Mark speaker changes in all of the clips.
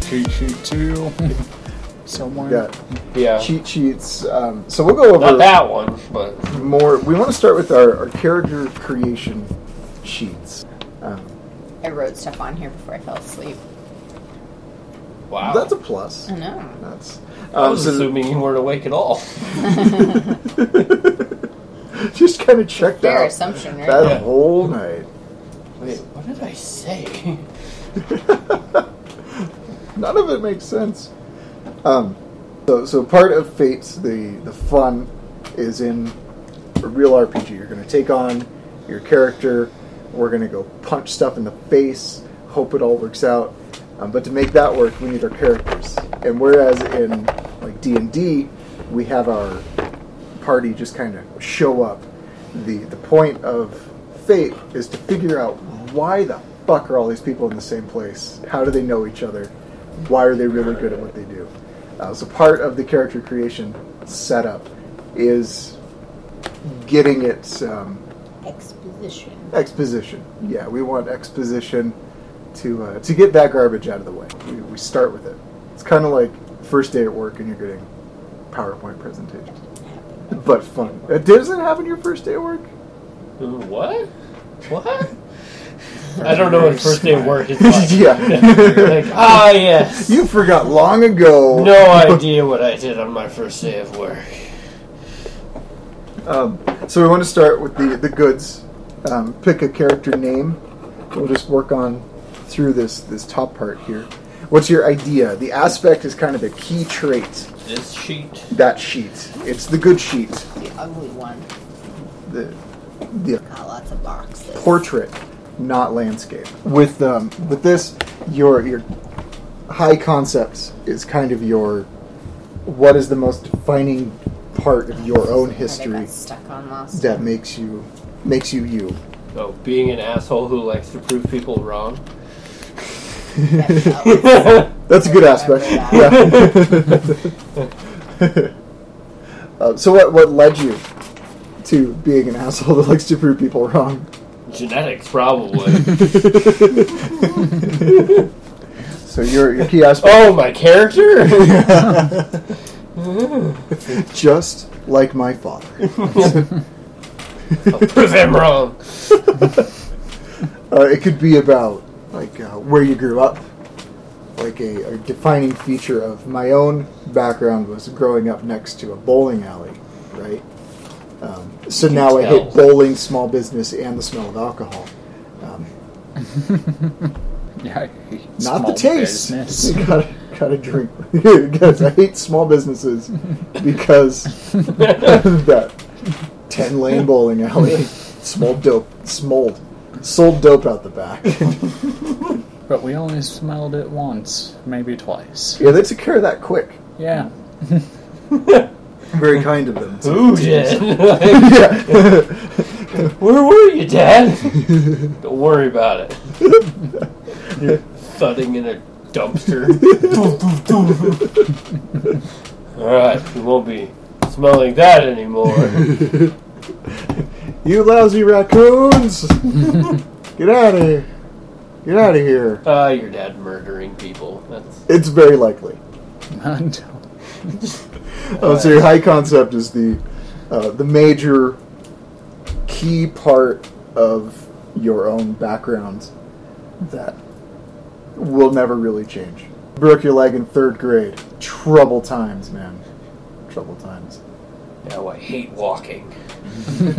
Speaker 1: cheat sheet two somewhere.
Speaker 2: Got
Speaker 3: Yeah.
Speaker 2: cheat sheets. Um, so we'll go over
Speaker 3: Not that one, but
Speaker 2: more. We want to start with our, our character creation sheets. Um,
Speaker 4: I wrote stuff on here before I fell asleep.
Speaker 3: wow.
Speaker 2: That's a plus.
Speaker 4: I know.
Speaker 2: That's.
Speaker 3: I
Speaker 2: um,
Speaker 3: was
Speaker 2: so-
Speaker 3: assuming you weren't awake at all.
Speaker 2: just kind of checked
Speaker 4: Fair
Speaker 2: out
Speaker 4: assumption, right?
Speaker 2: that
Speaker 3: Yeah.
Speaker 2: whole night.
Speaker 3: Wait, what did I say?
Speaker 2: None of it makes sense. Um, so, so part of Fates, the the fun is in a real RPG. You're going to take on your character. We're going to go punch stuff in the face. Hope it all works out. Um, but to make that work, we need our characters. And whereas in like D and D, we have our party just kind of show up. The the point of Fate is to figure out why the fuck are all these people in the same place? How do they know each other? Why are they really good at what they do? Uh, so part of the character creation setup is getting its um,
Speaker 4: Exposition.
Speaker 2: exposition. Yeah, we want exposition to uh, to get that garbage out of the way. We, we start with it. It's kind of like first day at work and you're getting PowerPoint presentation, but fun. It doesn't happen your first day at work.
Speaker 3: What? What? I don't know what first day of work is like.
Speaker 2: yeah,
Speaker 3: Like, ah, yes.
Speaker 2: you forgot long ago.
Speaker 3: No idea what I did on my first day of work.
Speaker 2: Um, so we want to start with the the goods. Um, pick a character name. We'll just work on through this this top part here. What's your idea? The aspect is kind of a key trait.
Speaker 3: This sheet.
Speaker 2: That sheet. It's the good sheet.
Speaker 4: The ugly one.
Speaker 2: The the
Speaker 4: Got lots of boxes.
Speaker 2: portrait, not landscape. With um, with this, your your high concepts is kind of your what is the most defining part of your own
Speaker 4: That I
Speaker 2: history
Speaker 4: got stuck on last
Speaker 2: that makes you makes you you.
Speaker 3: Oh, being an asshole who likes to prove people wrong.
Speaker 4: time. That felt-
Speaker 2: That's a good aspect. Yeah. Uh, so what what led you to being an asshole that likes to prove people wrong?
Speaker 3: Genetics, probably.
Speaker 2: so your your key aspect.
Speaker 3: oh, my character?
Speaker 2: just like my father.
Speaker 3: I'll prove him wrong.
Speaker 2: Uh, it could be about like uh, where you grew up. Like a, a defining feature of my own background was growing up next to a bowling alley, right? Um, so
Speaker 3: You can
Speaker 2: now I
Speaker 3: tell.
Speaker 2: hate bowling, small business, and the smell of alcohol. Um,
Speaker 1: Yeah, I hate
Speaker 2: not
Speaker 1: small
Speaker 2: the taste.
Speaker 1: business.
Speaker 2: You gotta, gotta drink because I hate small businesses because of that ten lane bowling alley, small dope, smold, sold dope out the back.
Speaker 1: But we only smelled it once, maybe twice.
Speaker 2: yeah, they took care of that quick.
Speaker 1: Yeah.
Speaker 2: Very kind of them. too.
Speaker 3: Who did? Like, where were you, Dad? Don't worry about it. You're thudding in a dumpster. Alright, you won't be smelling that anymore.
Speaker 2: You lousy raccoons! Get out of here! Get out of here!
Speaker 3: Ah, your dad murdering people. That's
Speaker 2: It's very likely.
Speaker 1: Until-
Speaker 2: Oh, so your high concept is the uh, the major key part of your own background that will never really change. Broke your leg in third grade. Trouble times, man. Trouble times.
Speaker 3: how I hate walking.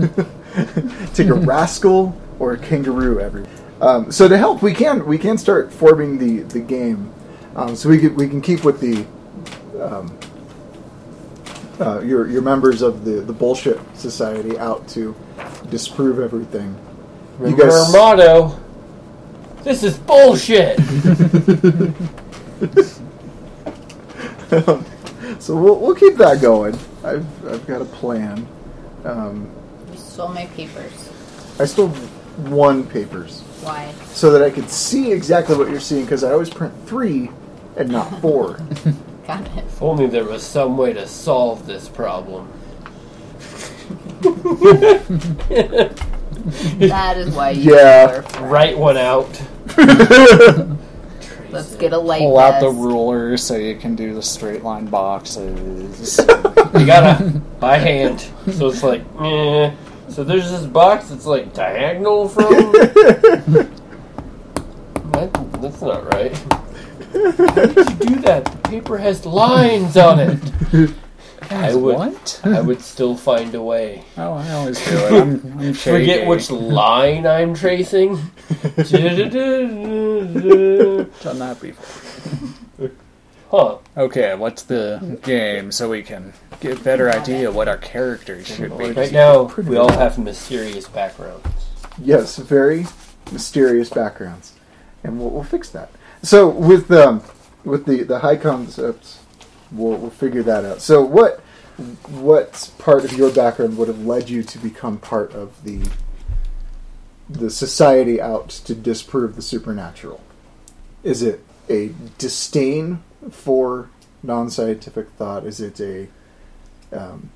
Speaker 2: Take a rascal or a kangaroo every. Um, so to help, we can we can start forming the the game. Um, so we could, we can keep with the um, uh, your your members of the the bullshit society out to disprove everything. You
Speaker 3: Remember
Speaker 2: guys-
Speaker 3: our motto. This is bullshit.
Speaker 2: so we'll we'll keep that going. I've I've got a plan. Um,
Speaker 4: You stole my papers.
Speaker 2: I still won papers
Speaker 4: Why?
Speaker 2: so that I could see exactly what you're seeing because I always print three and not four.
Speaker 4: Got it.
Speaker 3: if only there was some way to solve this problem.
Speaker 4: That is why you
Speaker 2: Yeah.
Speaker 4: were friends.
Speaker 3: Write one out. he
Speaker 4: Let's
Speaker 3: said.
Speaker 4: get a light
Speaker 1: Pull out the
Speaker 4: vest.
Speaker 1: ruler so you can do the straight line boxes.
Speaker 3: You gotta by hand. So it's like, eh. So there's this box that's like diagonal from. That- that's not right. Do that. The paper has lines on it. I would.
Speaker 1: What?
Speaker 3: I would still find a way.
Speaker 1: Oh, I always do it. I'm, I'm shady.
Speaker 3: Forget which line I'm tracing. huh?
Speaker 1: Done that before. Okay, what's the game so we can get a better idea what our characters should be?
Speaker 3: Right now, we all have mysterious backgrounds.
Speaker 2: Yes, very mysterious backgrounds, and we'll, we'll fix that. So with um, with the the high concepts, we'll, we'll figure that out. So what what part of your background would have led you to become part of the the society out to disprove the supernatural? Is it a disdain for non scientific thought? Is it a um,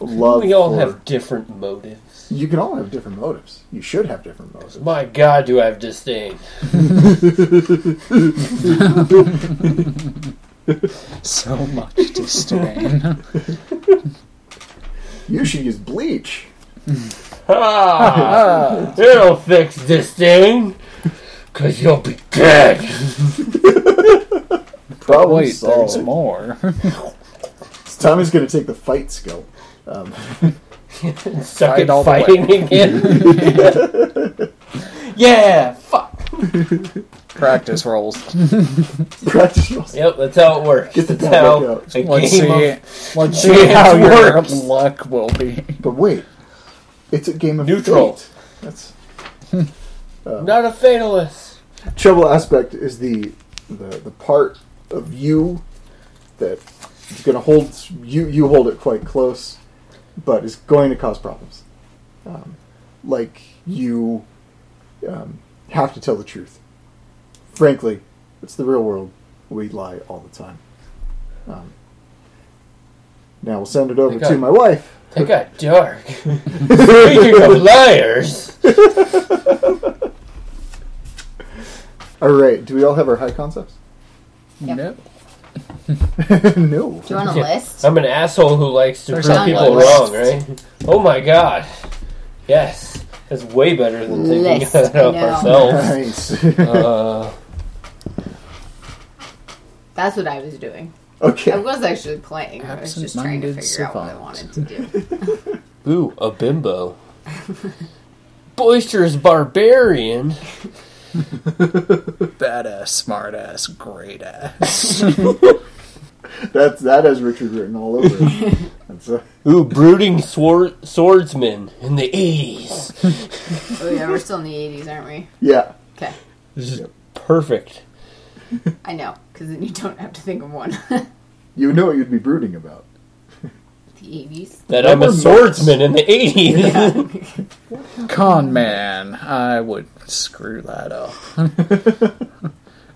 Speaker 2: love?
Speaker 3: we all
Speaker 2: for-
Speaker 3: have different motives.
Speaker 2: You can all have different motives. You should have different motives.
Speaker 3: My God, do I have disdain?
Speaker 1: So much disdain.
Speaker 2: You should use bleach.
Speaker 3: Ah,
Speaker 1: Ah,
Speaker 3: it'll fix disdain, cause you'll be dead.
Speaker 2: Problem
Speaker 1: wait, there's
Speaker 2: solved.
Speaker 1: more.
Speaker 2: Tommy's going to take the fight skill. Um,
Speaker 3: Suck
Speaker 1: Fight all the
Speaker 3: at fighting again. yeah, fuck.
Speaker 1: Practice rolls.
Speaker 2: practice rolls.
Speaker 3: Yep, that's how it works.
Speaker 2: Get the
Speaker 3: that's
Speaker 2: bad
Speaker 3: how
Speaker 2: luck out.
Speaker 3: a game
Speaker 1: Let's see.
Speaker 3: of
Speaker 1: Let's see how your
Speaker 3: Chance works.
Speaker 1: luck will be.
Speaker 2: But wait, it's a game of
Speaker 3: Neutral.
Speaker 2: fate. That's
Speaker 3: not a fatalist.
Speaker 2: trouble aspect is the the, the part of you that is going to hold you you hold it quite close, but is going to cause problems. Um, like you um, have to tell the truth. Frankly, it's the real world. We lie all the time. Um, now we'll send it over
Speaker 3: Okay.
Speaker 2: to my wife.
Speaker 3: They got dark. Speaking of liars,
Speaker 2: All right. Do we all have our high concepts?
Speaker 4: Yep.
Speaker 1: Nope.
Speaker 2: no.
Speaker 4: Do you want a list?
Speaker 3: I'm an asshole who likes to
Speaker 1: There's
Speaker 3: prove
Speaker 4: not
Speaker 3: people
Speaker 4: lists.
Speaker 3: wrong, right? Oh my God. Yes, that's way better than thinking
Speaker 4: List,
Speaker 3: that up
Speaker 4: I know.
Speaker 3: ourselves.
Speaker 2: Nice.
Speaker 3: Uh,
Speaker 4: That's what I was doing. I
Speaker 2: okay.
Speaker 4: was actually playing. I was just trying to
Speaker 1: Absent-minded
Speaker 4: figure out what I
Speaker 1: savant.
Speaker 4: wanted to do.
Speaker 3: Ooh, a bimbo. Boisterous barbarian.
Speaker 1: Badass, smartass, great ass.
Speaker 2: That's that has Richard written all over it. That's a,
Speaker 3: Ooh, brooding swor- swordsman in the 80s.
Speaker 4: Oh yeah, we're still in the '80s, aren't we?
Speaker 2: yeah.
Speaker 4: Okay,
Speaker 3: This is perfect.
Speaker 4: I know, because then you don't have to think of one.
Speaker 2: You know what you'd be brooding about.
Speaker 4: the '80s.
Speaker 3: That I'm a
Speaker 2: Rubber
Speaker 3: swordsman in the 80s.
Speaker 1: Con man. I would screw that up.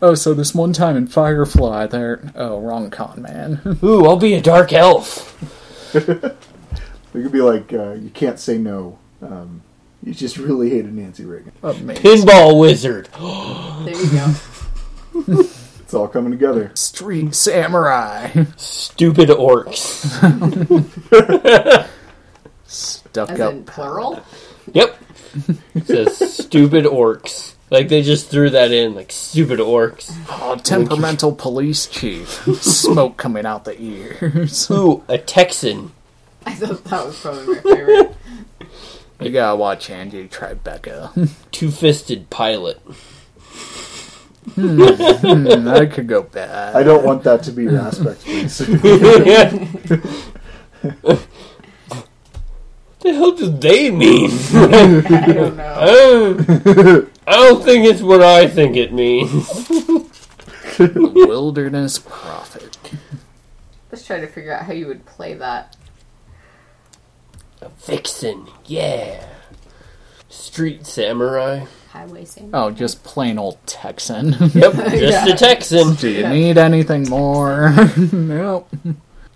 Speaker 1: oh, so this one time in Firefly, there. Oh, wrong con man.
Speaker 3: Ooh, I'll be a dark elf.
Speaker 2: It could be like uh, you can't say no. Um, you just really hated Nancy Reagan.
Speaker 1: Amazing.
Speaker 3: Pinball wizard.
Speaker 4: There you go.
Speaker 2: It's all coming together.
Speaker 1: Street samurai.
Speaker 3: Stupid orcs.
Speaker 1: Stuck
Speaker 4: As
Speaker 1: up.
Speaker 4: in plural.
Speaker 3: Yep. It says stupid orcs. Like they just threw that in, like stupid orcs.
Speaker 1: Oh, temperamental police chief. Smoke coming out the ears.
Speaker 3: Ooh, a Texan.
Speaker 4: I thought that was probably my favorite.
Speaker 1: you gotta watch Andy Tribeca.
Speaker 3: Two fisted pilot.
Speaker 1: Hmm, that could go bad.
Speaker 2: I don't want that to be your aspect, please.
Speaker 3: what the hell do they mean?
Speaker 4: I don't
Speaker 3: I
Speaker 4: know.
Speaker 3: don't, I don't think it's what I think it means.
Speaker 1: The wilderness prophet.
Speaker 4: Let's try to figure out how you would play that.
Speaker 3: A vixen, yeah. Street samurai.
Speaker 4: Highway scene.
Speaker 1: Oh, just plain old Texan.
Speaker 3: Yep, just a Texan.
Speaker 1: Do you need anything more? nope.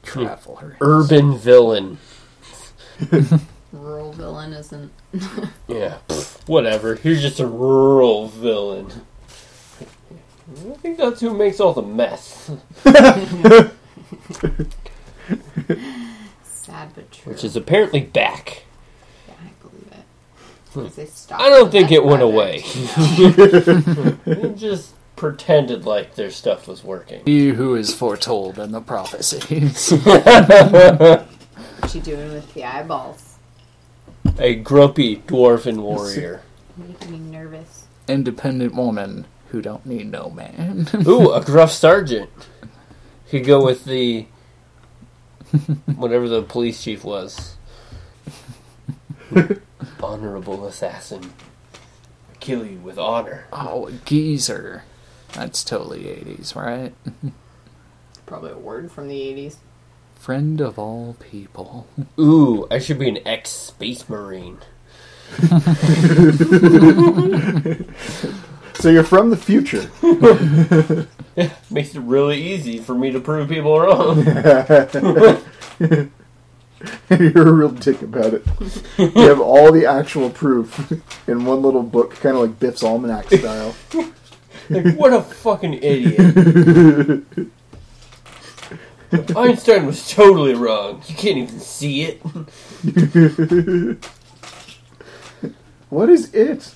Speaker 1: Traveler.
Speaker 3: Urban villain.
Speaker 4: Rural villain isn't.
Speaker 3: Yeah, pff, whatever. You're just a rural villain. I think that's who makes all the mess.
Speaker 4: Sad but true.
Speaker 3: Which is apparently back.
Speaker 4: yeah, I believe it. 'Cause they stopped
Speaker 3: Hmm. I don't
Speaker 4: the
Speaker 3: think
Speaker 4: Death
Speaker 3: it went
Speaker 4: Project.
Speaker 3: away. it just pretended like their stuff was working.
Speaker 1: He who is foretold in the prophecies.
Speaker 4: What you doing with the eyeballs?
Speaker 3: A grumpy dwarven warrior.
Speaker 4: Making me nervous.
Speaker 1: Independent woman who don't need no man.
Speaker 3: Ooh, a gruff sergeant. Could go with the whatever the police chief was. Honorable assassin. Kill you with honor.
Speaker 1: oh, a geezer. That's totally 80s, right?
Speaker 4: Probably a word from the 80s.
Speaker 1: Friend of all people.
Speaker 3: Ooh, I should be an ex space marine.
Speaker 2: So you're from the future.
Speaker 3: Makes it really easy for me to prove people wrong.
Speaker 2: You're a real dick about it. You have all the actual proof in one little book, kind of like Biff's Almanac style.
Speaker 3: Like, what a fucking idiot. Einstein was totally wrong. You can't even see it.
Speaker 2: What is it?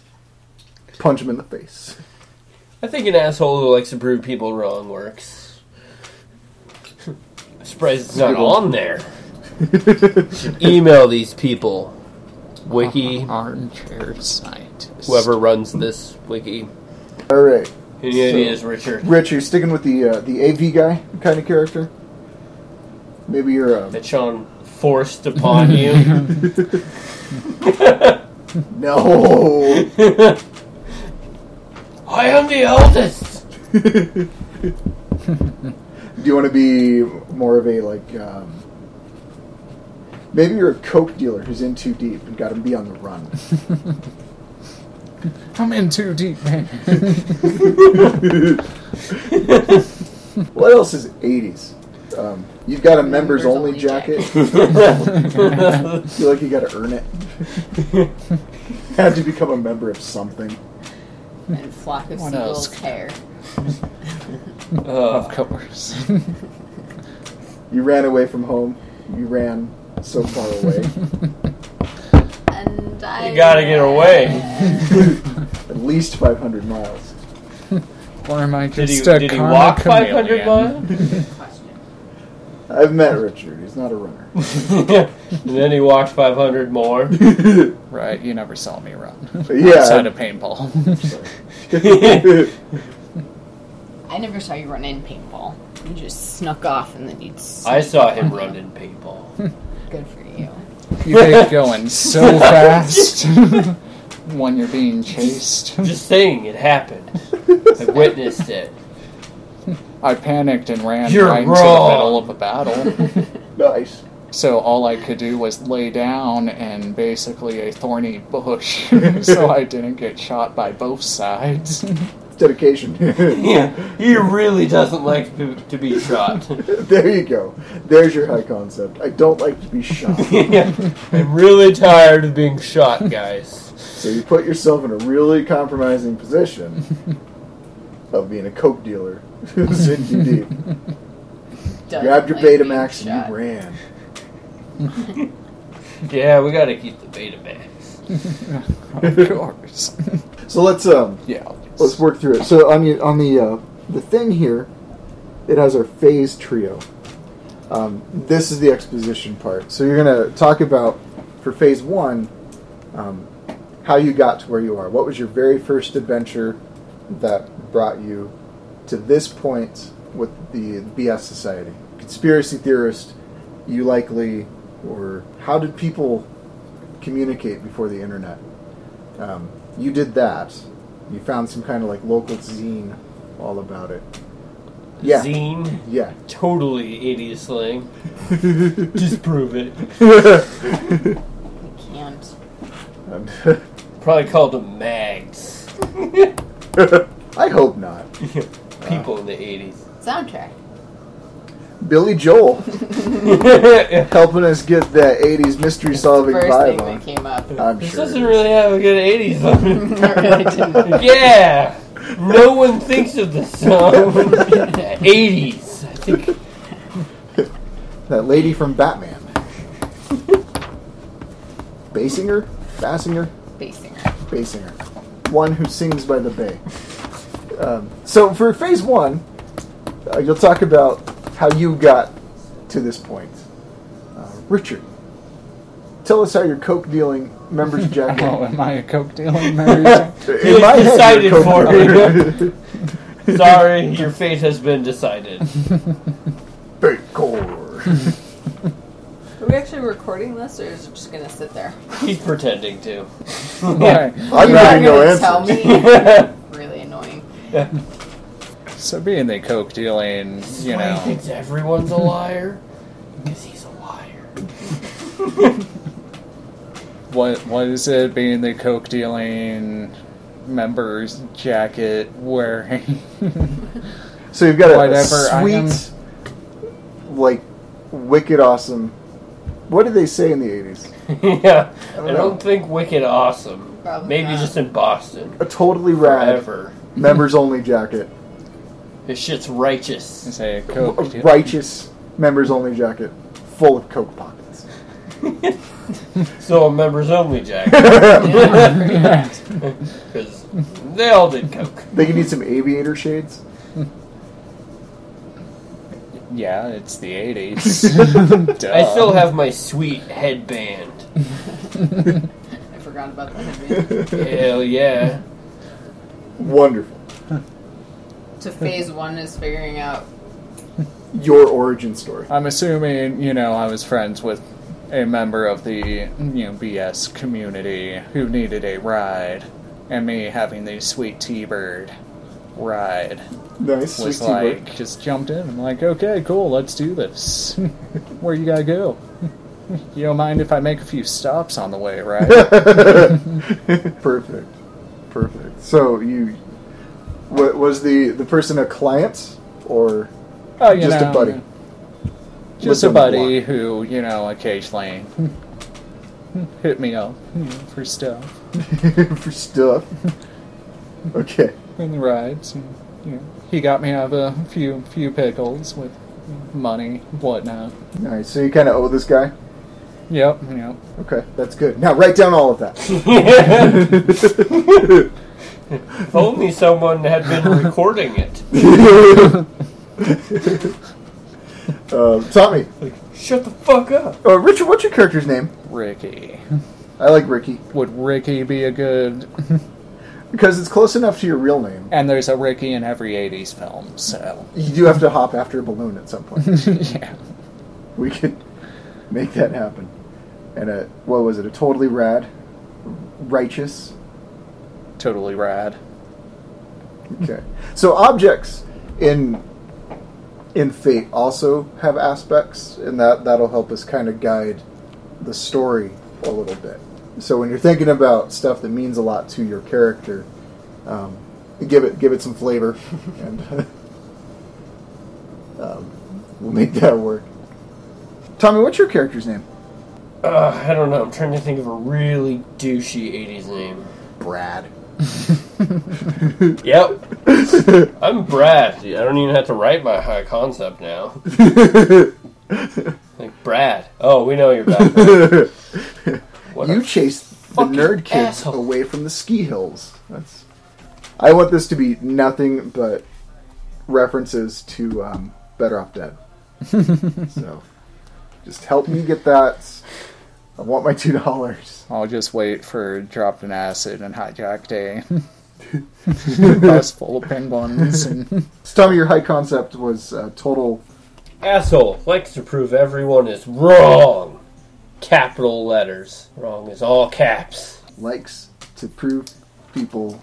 Speaker 2: Punch him in the face.
Speaker 3: I think an asshole who likes to prove people wrong works. I'm surprised it's not on there. Should email these people. Wiki,
Speaker 1: Armchair scientist.
Speaker 3: whoever runs this wiki.
Speaker 2: All right,
Speaker 3: Any ideas, Richard?
Speaker 2: Rich, you're sticking with the uh, the AV guy kind of character. Maybe you're um,
Speaker 3: That Sean forced upon you.
Speaker 2: no.
Speaker 3: I am the eldest!
Speaker 2: Do you want to be more of a like? Um, maybe you're a coke dealer who's in too deep and got to be on the run.
Speaker 1: I'm in too deep, man.
Speaker 2: What else is 80s? Um, you've got a members, only, jacket.
Speaker 4: Members-only
Speaker 2: feel like you got to earn it. Had to become a member of something.
Speaker 4: And flock of
Speaker 1: What
Speaker 4: seagulls'
Speaker 1: else?
Speaker 4: hair.
Speaker 3: Uh,
Speaker 1: of course.
Speaker 2: You ran away from home. You ran so far away.
Speaker 4: And I.
Speaker 3: You gotta get away.
Speaker 2: At least 500 miles.
Speaker 1: or am I
Speaker 3: Did
Speaker 1: just
Speaker 3: he,
Speaker 1: a
Speaker 3: did he
Speaker 1: karma
Speaker 3: walk 500
Speaker 1: chameleon?
Speaker 3: miles?
Speaker 4: Question.
Speaker 2: I've met Richard. He's not a runner.
Speaker 3: and then he walked 500 more.
Speaker 1: Right, you never saw me run. Outside
Speaker 2: yeah.
Speaker 1: of paintball.
Speaker 4: I never saw you run in paintball. You just snuck off and then you'd.
Speaker 3: I saw him run in paintball.
Speaker 4: Good for you.
Speaker 1: you get going so fast when you're being chased.
Speaker 3: Just saying it happened. I witnessed it.
Speaker 1: I panicked and ran
Speaker 3: You're
Speaker 1: right into the
Speaker 3: wrong.
Speaker 1: middle of a battle.
Speaker 2: nice.
Speaker 1: So all I could do was lay down and basically a thorny bush so I didn't get shot by both sides.
Speaker 2: Dedication.
Speaker 3: Yeah, he really doesn't like to, to be shot.
Speaker 2: there you go. There's your high concept. I don't like to be shot.
Speaker 3: I'm really tired of being shot, guys.
Speaker 2: So you put yourself in a really compromising position of being a coke dealer. Sin too deep.
Speaker 4: Doesn't
Speaker 2: Grabbed your
Speaker 4: like being
Speaker 2: Betamax and
Speaker 4: shot.
Speaker 2: you ran.
Speaker 3: Yeah, we gotta keep the beta max.
Speaker 1: of course.
Speaker 2: So let's um
Speaker 1: Yeah.
Speaker 2: let's work through it. So on the on the uh, the thing here, it has our phase trio. Um, this is the exposition part. So you're gonna talk about for phase one, um, how you got to where you are. What was your very first adventure that brought you to this point with the BS Society? Conspiracy theorist, you likely, or how did people communicate before the internet? Um, you did that. You found some kind of like local zine all about it. Yeah.
Speaker 3: Zine,
Speaker 2: Yeah.
Speaker 3: totally 80s slang. Disprove it.
Speaker 4: You can't.
Speaker 2: Um,
Speaker 3: Probably called them mags.
Speaker 2: I hope not.
Speaker 3: People in the 80s.
Speaker 4: Soundtrack.
Speaker 2: Billy Joel helping us get that 80s mystery solving Uh,
Speaker 4: First
Speaker 2: vibe
Speaker 4: thing
Speaker 2: on.
Speaker 4: that came up.
Speaker 2: I'm
Speaker 3: This
Speaker 2: sure.
Speaker 3: doesn't really have a good 80s on it.
Speaker 4: It really didn't.
Speaker 3: Yeah! No one thinks of the song. 80s. I think
Speaker 2: That lady from Batman. Basinger? Bassinger?
Speaker 4: Basinger.
Speaker 2: Basinger. One who sings by the bay. Um, so for phase one, uh, you'll talk about how you got to this point. Uh, Richard, tell us how your coke dealing members Jack.
Speaker 1: Oh, am I a coke dealing married?
Speaker 3: You decided
Speaker 2: you're
Speaker 3: for
Speaker 2: coke-
Speaker 3: Sorry, your fate has been decided.
Speaker 2: Baker.
Speaker 4: Are we actually recording this, or is it just gonna sit there?
Speaker 3: He's pretending to.
Speaker 1: Right.
Speaker 2: I'm
Speaker 4: You're
Speaker 2: getting
Speaker 4: not
Speaker 2: no
Speaker 4: gonna
Speaker 2: answers.
Speaker 4: tell me. really annoying.
Speaker 1: So being the coke dealing, you
Speaker 3: Why he
Speaker 1: know,
Speaker 3: thinks everyone's a liar? Because he's a liar.
Speaker 1: what what is it? Being the coke dealing members jacket wearing.
Speaker 2: So you've got a, a
Speaker 1: Whatever, I am-
Speaker 2: sweet, like, wicked awesome. What did they say in the 80s?
Speaker 3: yeah, I don't,
Speaker 2: know.
Speaker 3: think Wicked Awesome.
Speaker 4: Probably
Speaker 3: Maybe
Speaker 4: not.
Speaker 3: just in Boston.
Speaker 2: A totally rad,
Speaker 3: Forever.
Speaker 2: members only jacket.
Speaker 3: This shit's righteous.
Speaker 1: Is a
Speaker 2: A
Speaker 1: coke deal-
Speaker 2: righteous members only jacket full of coke pockets.
Speaker 3: So a members only jack.
Speaker 1: Yeah.
Speaker 3: Because they all did coke.
Speaker 2: They can need some aviator shades.
Speaker 1: Yeah, it's the '80s. Duh.
Speaker 3: I still have my sweet headband.
Speaker 4: I forgot about that.
Speaker 3: Hell yeah.
Speaker 2: Wonderful.
Speaker 4: so phase one is figuring out.
Speaker 2: Your origin story.
Speaker 1: I'm assuming you know I was friends with a member of the you know BS community who needed a ride, and me having the sweet T-bird ride
Speaker 2: Nice. Sweet
Speaker 1: was
Speaker 2: tea
Speaker 1: like
Speaker 2: break.
Speaker 1: just jumped in. I'm like, okay, cool, let's do this. Where you gotta go? you don't mind if I make a few stops on the way, right?
Speaker 2: Perfect. Perfect. So you. What, was the, the person a client or.
Speaker 1: Oh, you
Speaker 2: Just
Speaker 1: know,
Speaker 2: a buddy.
Speaker 1: Just
Speaker 2: Lived
Speaker 1: a
Speaker 2: on the
Speaker 1: buddy
Speaker 2: block.
Speaker 1: who you know occasionally hit me up you know, for stuff.
Speaker 2: for stuff. Okay.
Speaker 1: and the rides. And, you know, he got me out of a few few pickles with money, whatnot.
Speaker 2: Nice. So you kind of owe this guy?
Speaker 1: Yep, yep.
Speaker 2: Okay. That's good. Now write down all of that.
Speaker 3: If only someone had been recording it.
Speaker 2: Uh, Tommy.
Speaker 3: Shut the fuck up.
Speaker 2: Uh, Richard, what's your character's name?
Speaker 1: Ricky.
Speaker 2: I like Ricky.
Speaker 1: Would Ricky be a good?
Speaker 2: Because it's close enough to your real name.
Speaker 1: And there's a Ricky in every '80s film, so
Speaker 2: You do have to hop after a balloon at some point.
Speaker 1: yeah.
Speaker 2: we could make that happen. And a what was it? A totally rad, righteous.
Speaker 1: Totally rad.
Speaker 2: Okay. So objects in in fate also have aspects, and that that'll help us kind of guide the story a little bit. So when you're thinking about stuff that means a lot to your character, um, give it give it some flavor, and um, we'll make that work. Tommy, what's your character's name?
Speaker 3: Uh, I don't know. I'm trying to think of a really douchey 80s name.
Speaker 2: Brad.
Speaker 3: Yep. I'm Brad. I don't even have to write my high concept now. Like, Brad. Oh, we know you're back. What
Speaker 2: you
Speaker 3: a
Speaker 2: chased the
Speaker 3: fucking
Speaker 2: nerd kids
Speaker 3: asshole.
Speaker 2: away from the ski hills. That's. I want this to be nothing but references to um, Better Off Dead. so, just help me get that. I want my two dollars.
Speaker 1: I'll just wait for dropped an acid and hijack day. Bus full of penguins and
Speaker 2: So tell me your high concept was uh, total.
Speaker 3: asshole likes to prove everyone is wrong. Capital letters. Wrong is all caps.
Speaker 2: Likes to prove people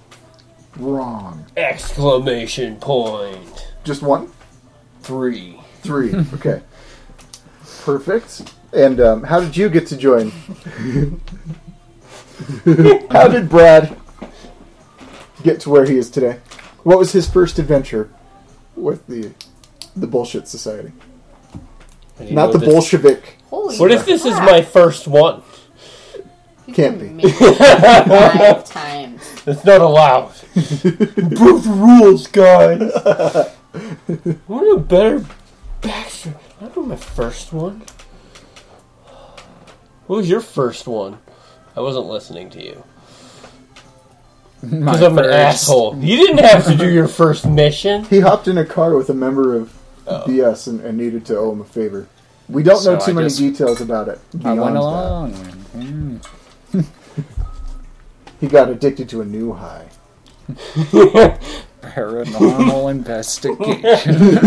Speaker 2: wrong.
Speaker 3: Exclamation point.
Speaker 2: Just one.
Speaker 3: Three.
Speaker 2: Three. Okay. Perfect. And um, how did you get to join? how did Brad get to where he is today? What was his first adventure with the the bullshit society?
Speaker 3: And you
Speaker 2: Not
Speaker 3: know
Speaker 2: the
Speaker 3: this-
Speaker 2: Bolshevik.
Speaker 4: Holy.
Speaker 3: What if this is my first one?
Speaker 4: He's
Speaker 2: Can't
Speaker 4: been married Five times.
Speaker 3: That's not allowed. Both rules, guys. What a better Baxter. Remember my first one? What was your first one? I wasn't listening to you. Because I'm an asshole. You didn't have to do your first mission.
Speaker 2: He hopped in a car with a member of BS and, and needed to owe him a favor. We don't know
Speaker 1: Oh. So
Speaker 2: too
Speaker 1: I
Speaker 2: many
Speaker 1: just-
Speaker 2: details about it.
Speaker 1: I
Speaker 2: beyond
Speaker 1: went
Speaker 2: that.
Speaker 1: along.
Speaker 2: He got addicted to a new high.
Speaker 1: Paranormal investigation.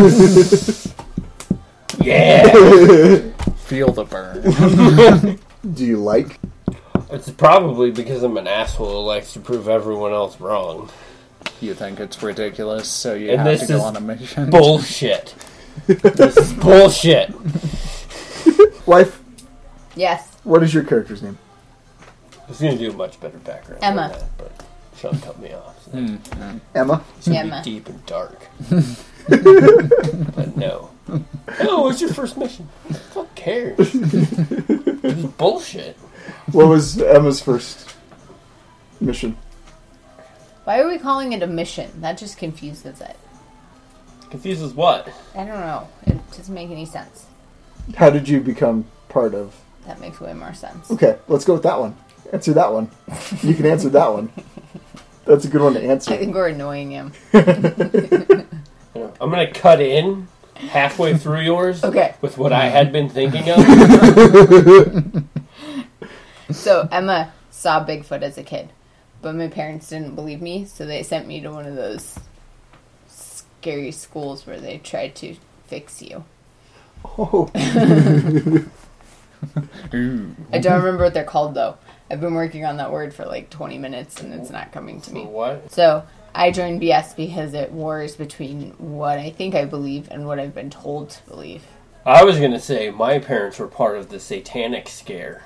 Speaker 3: Yeah.
Speaker 2: Do
Speaker 1: Feel the burn.
Speaker 2: you like?
Speaker 3: It's probably because I'm an asshole who likes to prove everyone else wrong.
Speaker 1: You think it's ridiculous, so you
Speaker 3: And
Speaker 1: have
Speaker 3: this
Speaker 1: to go
Speaker 3: is
Speaker 1: on a mission.
Speaker 3: Bullshit. this is bullshit.
Speaker 2: Life,
Speaker 4: Yes.
Speaker 2: what is your character's name?
Speaker 3: I was gonna do a much better background. than
Speaker 4: Emma.
Speaker 3: that, but Sean cut me off. So
Speaker 2: Emma?
Speaker 3: it's gonna
Speaker 4: Emma.
Speaker 3: be deep and dark. but no. No, what's your first mission? Fuck cares. this is bullshit.
Speaker 2: What was Emma's first mission?
Speaker 4: Why are we calling it a mission? That just confuses it.
Speaker 3: Confuses what?
Speaker 4: I don't know. It doesn't make any sense.
Speaker 2: How did you become part of?
Speaker 4: That makes way more sense.
Speaker 2: Okay, let's go with that one. Answer that one. You can answer that one. That's a good one to
Speaker 4: I
Speaker 2: answer.
Speaker 4: think we're annoying him.
Speaker 3: I'm gonna cut in halfway through yours
Speaker 4: Okay.
Speaker 3: with what I had been thinking of.
Speaker 4: So Emma saw Bigfoot as a kid, but my parents didn't believe me, so they sent me to one of those scary schools where they try to fix you.
Speaker 2: Oh,
Speaker 1: Ooh.
Speaker 4: I don't remember what they're called though. I've been working on that word for like 20 minutes and it's not coming to me.
Speaker 3: what?
Speaker 4: So I joined BS because it wars between what I think I believe and what I've been told to believe.
Speaker 3: I was gonna say my parents were part of the satanic scare.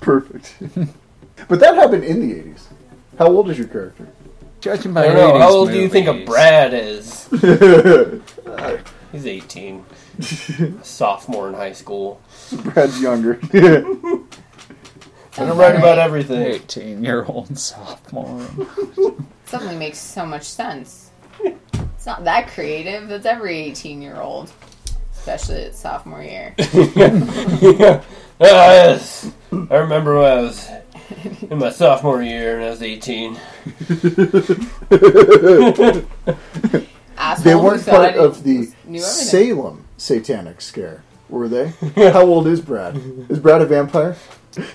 Speaker 2: perfect. But that happened in the 80s. How old is your character?
Speaker 1: Judging
Speaker 3: I
Speaker 1: by
Speaker 3: don't know.
Speaker 1: 80s
Speaker 3: How old do you think a
Speaker 1: movies,
Speaker 3: Brad is? He's 18. A sophomore in high school.
Speaker 2: Brad's younger.
Speaker 3: And I'm right about everything.
Speaker 1: 18 year old sophomore.
Speaker 4: Suddenly makes so much sense. It's not that creative. That's every 18 year old, especially at sophomore year.
Speaker 3: yeah. yes. I remember when I was in my sophomore year and I was 18.
Speaker 4: Asshole
Speaker 2: They
Speaker 4: who
Speaker 2: weren't
Speaker 4: thought
Speaker 2: part
Speaker 4: it
Speaker 2: of the
Speaker 4: knew everything.
Speaker 2: Salem satanic scare, were they? How old is Brad? Is Brad a vampire?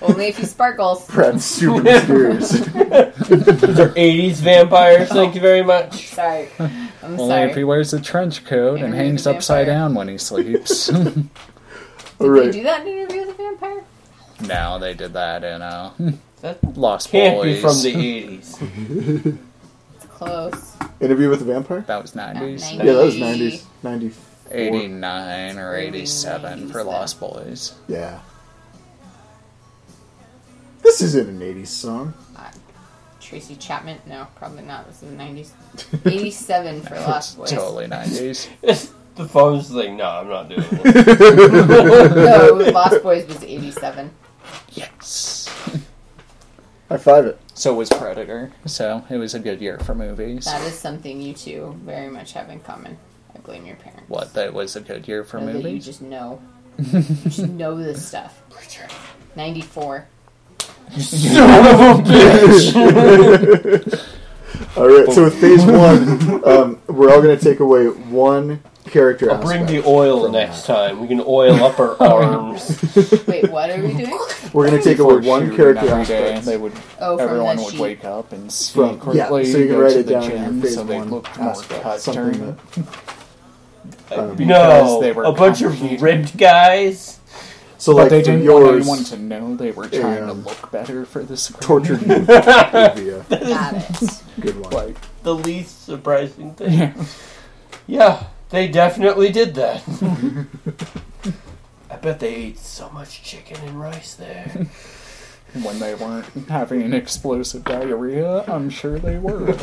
Speaker 4: Only if he sparkles.
Speaker 2: Brad's super mysterious.
Speaker 3: These are 80s vampires, thank you very much.
Speaker 4: Sorry. I'm
Speaker 1: Only
Speaker 4: sorry.
Speaker 1: if he wears a trench coat and
Speaker 4: Interview
Speaker 1: hangs
Speaker 4: the
Speaker 1: upside
Speaker 4: vampire.
Speaker 1: down when he sleeps.
Speaker 2: All
Speaker 4: Did they
Speaker 2: right.
Speaker 4: do that in interview with a vampire?
Speaker 1: now they did that in uh,
Speaker 3: That
Speaker 1: Lost
Speaker 3: can't
Speaker 1: Boys.
Speaker 3: be from the 80s.
Speaker 4: It's close.
Speaker 2: Interview with a vampire?
Speaker 1: that was 90s.
Speaker 4: Not
Speaker 2: Yeah, that was
Speaker 4: 90s.
Speaker 2: 90s. 90.
Speaker 1: 89 or 87 for
Speaker 4: 87.
Speaker 1: Lost Boys.
Speaker 2: Yeah. This isn't an 80s song.
Speaker 4: Uh, Tracy Chapman? No, probably not. This is the 90s. 87 for Lost Boys.
Speaker 1: Totally 90s.
Speaker 3: the phone's just like, no, I'm not doing it.
Speaker 4: No, Lost Boys was 87.
Speaker 1: Yes.
Speaker 2: High five it.
Speaker 1: So was Predator. So it was a good year for movies.
Speaker 4: That is something you two very much have in common. I blame your parents.
Speaker 1: What? That was a good year for
Speaker 4: Know that you
Speaker 1: movies?
Speaker 4: just know. you just know this stuff. 94.
Speaker 2: All right, so with phase one, um, we're all going to take away one character
Speaker 3: I'll bring the
Speaker 2: aspect.
Speaker 3: oil next time. We can oil up our arms.
Speaker 4: Wait, what are we doing?
Speaker 2: We're going to take away
Speaker 1: Before
Speaker 2: one
Speaker 1: shooting
Speaker 2: character
Speaker 1: every day,
Speaker 2: aspect.
Speaker 1: They would,
Speaker 4: Oh, from
Speaker 1: everyone
Speaker 4: the
Speaker 1: would
Speaker 4: sheet.
Speaker 1: wake up and
Speaker 2: From-
Speaker 1: secretly
Speaker 2: yeah, so you can
Speaker 1: go
Speaker 2: write
Speaker 1: to
Speaker 2: it
Speaker 1: the
Speaker 2: down in
Speaker 1: gym
Speaker 2: phase
Speaker 1: so they
Speaker 2: one
Speaker 1: looked more
Speaker 2: aspect,
Speaker 1: cut
Speaker 2: something
Speaker 1: during
Speaker 2: that-
Speaker 3: no,
Speaker 1: because they were
Speaker 3: a bunch of
Speaker 1: competing.
Speaker 3: ripped guys.
Speaker 2: So,
Speaker 1: But
Speaker 2: like,
Speaker 1: they
Speaker 2: for
Speaker 1: didn't want
Speaker 2: yours,
Speaker 1: anyone to know they were trying to
Speaker 2: um,
Speaker 1: look better for the screen.
Speaker 2: tortured youth would be a
Speaker 4: Got it.
Speaker 2: good one.
Speaker 1: Like,
Speaker 3: The least surprising thing. Yeah, they definitely did that. I bet they ate so much chicken and rice there.
Speaker 1: when they weren't having an explosive diarrhea, I'm sure they were.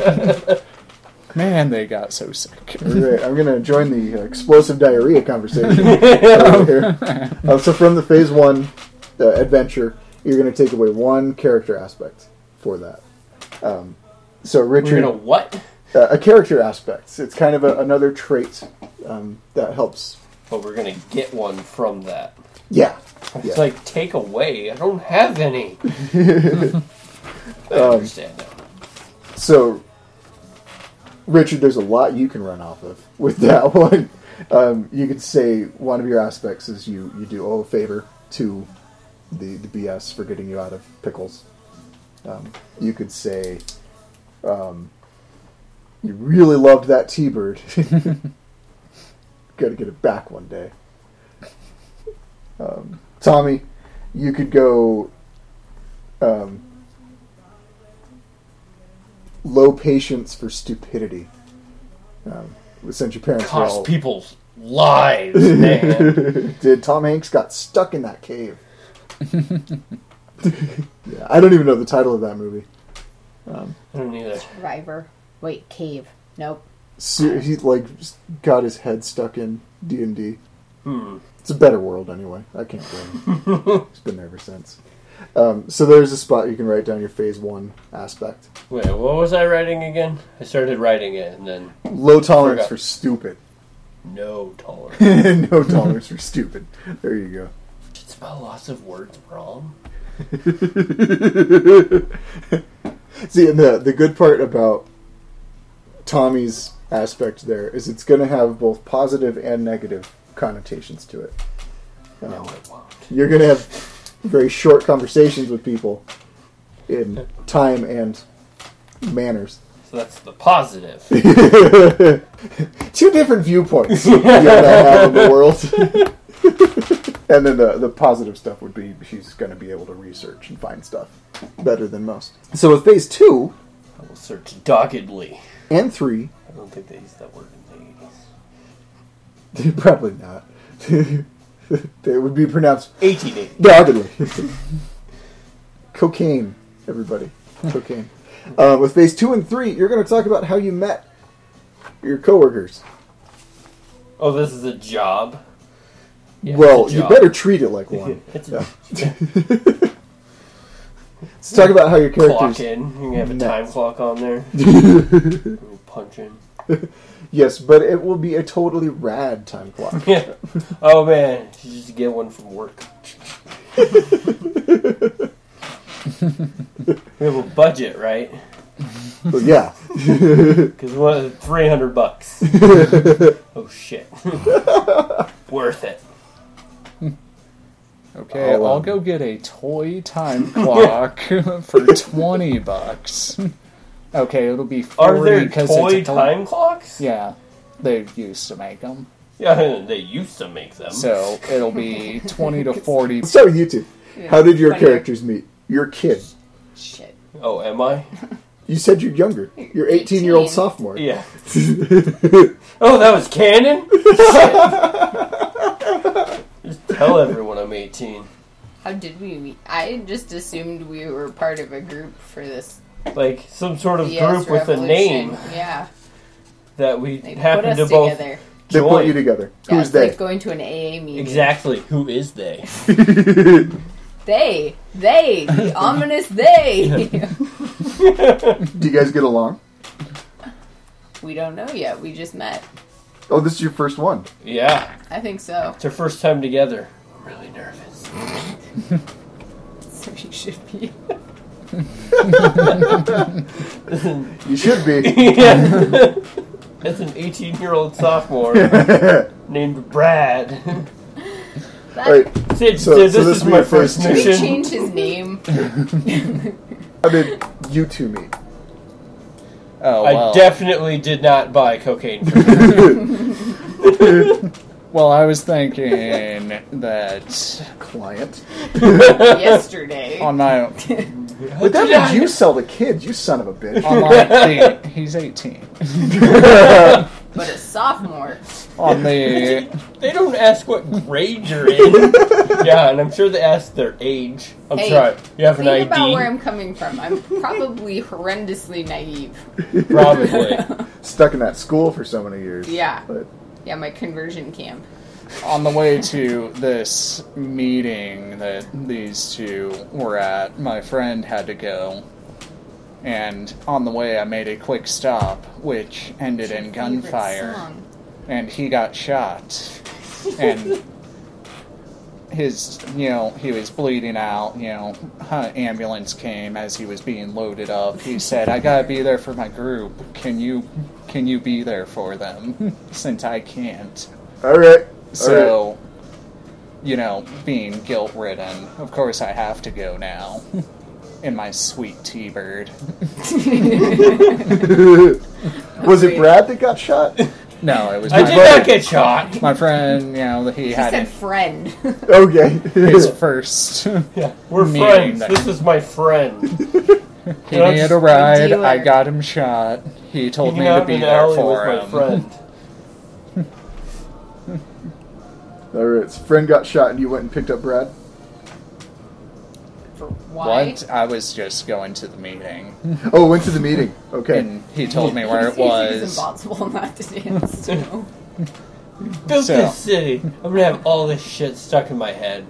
Speaker 1: Man, they got so sick.
Speaker 2: Great. I'm going to join the uh, explosive diarrhea conversation over here. Um, so, from the phase one uh, adventure, you're going to take away one character aspect for that. Um, so
Speaker 3: We're
Speaker 2: Richard,
Speaker 3: gonna what?
Speaker 2: uh, a character aspect. It's kind of a, another trait um, that helps.
Speaker 3: But we're gonna get one from that.
Speaker 2: Yeah,
Speaker 3: It's
Speaker 2: Yeah.
Speaker 3: like take away. I don't have any.
Speaker 2: Um,
Speaker 3: I understand that.
Speaker 2: So, Richard, there's a lot you can run off of with that one. Um, you could say one of your aspects is you, you do owe a favor to the, the BS for getting you out of pickles. Um, you could say um, you really loved that T Bird. Got to get it back one day. Um, Tommy, you could go um, low patience for stupidity. Um, since your parents were all-
Speaker 3: Cost people's lives, man.
Speaker 2: Did Tom Hanks got stuck in that cave? yeah, I don't even know the title of that movie.
Speaker 3: I don't either.
Speaker 4: Survivor. Wait, cave. Nope.
Speaker 2: Ser- He like s- got his head stuck in D and D.
Speaker 3: Hmm.
Speaker 2: It's a better world anyway. I can't blame. him. He's been there ever since. Um, so there's a spot you can write down your phase one aspect.
Speaker 3: Wait, what was I writing again? I started writing it and then
Speaker 2: Low tolerance
Speaker 3: Forgot.
Speaker 2: for stupid.
Speaker 3: no tolerance.
Speaker 2: no tolerance for stupid. There you go.
Speaker 3: Should spell lots of words wrong.
Speaker 2: See, and the the good part about Tommy's aspect there is it's going to have both positive and negative connotations to it. Um, Oh.
Speaker 3: No, it won't.
Speaker 2: You're going to have very short conversations with people in time and manners.
Speaker 3: So that's the positive.
Speaker 2: Two different viewpoints you're going to have of the world. and then the, the positive stuff would be she's going to be able to research and find stuff better than most. So with phase two
Speaker 3: I will search doggedly.
Speaker 2: and three,
Speaker 3: I don't think they used that word in the 80s.
Speaker 2: Probably not. they would be pronounced
Speaker 3: 1880.
Speaker 2: doggedly. Cocaine, everybody.
Speaker 3: Hmm.
Speaker 2: Cocaine. Uh, with phase two and three, you're going to talk about how you met your coworkers.
Speaker 3: Oh, this is a job. Yeah,
Speaker 2: well,
Speaker 3: it's a
Speaker 2: you
Speaker 3: job.
Speaker 2: better treat it like one.
Speaker 3: It's a
Speaker 2: Yeah. Let's talk about how your
Speaker 3: clock
Speaker 2: characters.
Speaker 3: in. You can have a
Speaker 2: Nuts.
Speaker 3: time clock on there. Little punch in.
Speaker 2: Yes, but it will be a totally rad time clock.
Speaker 3: Yeah. Oh man, you just get one from work. we have a budget, right?
Speaker 2: But yeah,
Speaker 3: Because one three hundred bucks. oh shit. Worth it.
Speaker 1: Okay,
Speaker 2: Oh,
Speaker 1: I'll
Speaker 2: um,
Speaker 1: go get a toy time clock for twenty bucks. Okay, it'll be
Speaker 3: Are
Speaker 1: forty
Speaker 3: there
Speaker 1: because
Speaker 3: toy
Speaker 1: it's a
Speaker 3: time clocks?
Speaker 1: Yeah, they used to make them,
Speaker 3: Yeah, they used to make them.
Speaker 1: so it'll be twenty to forty.
Speaker 2: let's start with you two. How did your
Speaker 4: Funny.
Speaker 2: characters meet? Your kid.
Speaker 4: Shit.
Speaker 3: oh, am I?
Speaker 2: You said you're younger. You're 18 year old
Speaker 4: 18.
Speaker 2: sophomore.
Speaker 3: Yeah. oh, that was canon. Shit. Just tell everyone I'm 18.
Speaker 4: How did we meet? I just assumed we were part of a group for this
Speaker 3: Like some sort of
Speaker 4: BS
Speaker 3: group with a
Speaker 4: revolution.
Speaker 3: name
Speaker 4: Yeah,
Speaker 3: that we
Speaker 4: they put
Speaker 3: happen
Speaker 4: us
Speaker 3: to both
Speaker 4: together.
Speaker 2: They put
Speaker 3: join.
Speaker 2: you together.
Speaker 4: Yeah,
Speaker 2: Who's
Speaker 4: it's
Speaker 2: they?
Speaker 4: Like going to an AA meeting.
Speaker 3: Exactly. Who is they?
Speaker 4: They, they, the ominous they.
Speaker 2: Do you guys get along?
Speaker 4: we don't know yet. We just met.
Speaker 2: Oh, this is your first one.
Speaker 3: Yeah,
Speaker 4: I think so.
Speaker 3: it's their first time together. I'm really nervous.
Speaker 4: So you should be.
Speaker 2: You should be.
Speaker 3: Yeah. That's an 18 year old sophomore named Brad.
Speaker 4: That,
Speaker 2: All right.
Speaker 3: Sid
Speaker 2: So-
Speaker 3: said, this,
Speaker 2: so this will
Speaker 3: is
Speaker 2: be
Speaker 3: my
Speaker 2: your first
Speaker 3: first
Speaker 2: two.
Speaker 4: Did he
Speaker 3: mission.
Speaker 4: change his name?
Speaker 2: How did you two meet?
Speaker 1: Oh
Speaker 3: I
Speaker 1: well.
Speaker 3: definitely did not buy cocaine. from him.
Speaker 1: well, I was thinking that
Speaker 2: Client.
Speaker 4: Yesterday.
Speaker 1: on my
Speaker 2: But that means you sell the kids, you son of a bitch.
Speaker 1: on my thing, he's eighteen.
Speaker 4: but a sophomore.
Speaker 1: On the
Speaker 3: They don't ask what grade you're in. yeah, and I'm sure they ask their age. I'm
Speaker 4: Hey,
Speaker 3: sorry. You have an
Speaker 4: Think about where
Speaker 3: ID?
Speaker 4: I'm coming from. I'm probably horrendously naive.
Speaker 3: Probably.
Speaker 2: Stuck in that school for so many years.
Speaker 4: Yeah.
Speaker 2: But
Speaker 4: Yeah, my conversion camp.
Speaker 1: on the way to this meeting that these two were at, my friend had to go. And on the way, I made a quick stop, which ended in gunfire. And he got shot. And his, you know, he was bleeding out. You know, huh, ambulance came as he was being loaded up. He said, "I gotta be there for my group. Can you, can you be there for them? Since I can't."
Speaker 2: All right. All right.
Speaker 1: So, you know, being guilt ridden, of course I have to go now. In my sweet T Bird.
Speaker 2: was it Brad that got shot?
Speaker 1: No, it was
Speaker 3: I
Speaker 1: my,
Speaker 3: did not get shot.
Speaker 1: my friend, you know, he
Speaker 4: She said
Speaker 1: had
Speaker 4: friend.
Speaker 2: Okay.
Speaker 1: his first.
Speaker 3: We're
Speaker 1: Me
Speaker 3: friends.
Speaker 1: neither.
Speaker 3: This is my friend.
Speaker 1: he
Speaker 3: That's
Speaker 1: needed a
Speaker 4: a
Speaker 1: ride.
Speaker 4: dealer.
Speaker 1: I got him shot. He told me
Speaker 3: Hanging out
Speaker 1: to
Speaker 3: in
Speaker 1: be
Speaker 3: an
Speaker 1: there
Speaker 3: alley
Speaker 1: for
Speaker 3: with
Speaker 1: him.
Speaker 3: my friend.
Speaker 2: All right. So friend got shot, and you went and picked up Brad.
Speaker 4: For why?
Speaker 1: What? I was just going to the meeting,
Speaker 2: Oh, went to the meeting. Okay.
Speaker 1: and he told me where it
Speaker 4: It's
Speaker 1: was.
Speaker 4: impossible not to dance to.
Speaker 1: So-
Speaker 3: Built this city. I'm gonna have all this shit stuck in my head.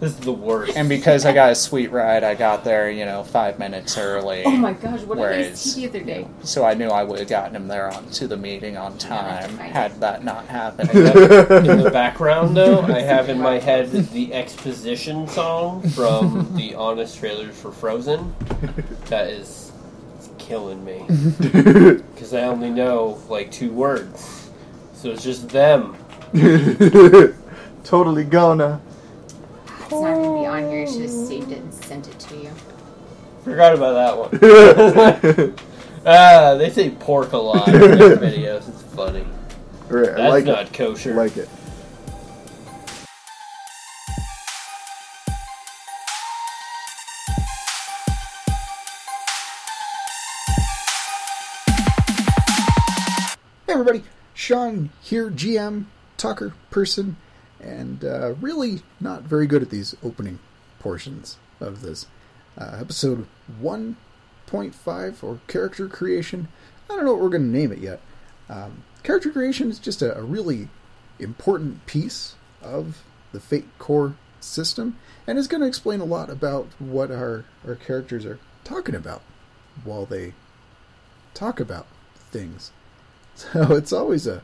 Speaker 3: This is the worst.
Speaker 1: And because I got a sweet ride, I got there, you know, five minutes early.
Speaker 4: oh my gosh, what
Speaker 1: Where
Speaker 4: did I
Speaker 1: is-
Speaker 4: see the other day?
Speaker 1: So I knew I would have gotten him there on to the meeting on time
Speaker 4: Yeah, I-
Speaker 1: had that not happened.
Speaker 3: in the background, though, I have in my head the exposition song from the Honest trailers for Frozen. That is killing me because I only know like two words, so it's just them.
Speaker 2: totally gonna.
Speaker 4: It's not gonna be on here. She just saved it and sent it to you.
Speaker 3: Forgot about that one. ah, they say pork a lot in their videos. It's funny.
Speaker 2: All right.
Speaker 3: That's
Speaker 2: I like
Speaker 3: not
Speaker 2: it. I
Speaker 3: kosher.
Speaker 2: like it.
Speaker 5: Hey everybody, Sean here, GM, talker, person, and uh, really not very good at these opening portions of this. Uh, episode 1.5 or character creation. I don't know what we're going to name it yet. Um, character creation is just a, a really important piece of the Fate Core system and is going to explain a lot about what our, our characters are talking about while they talk about things. So it's always a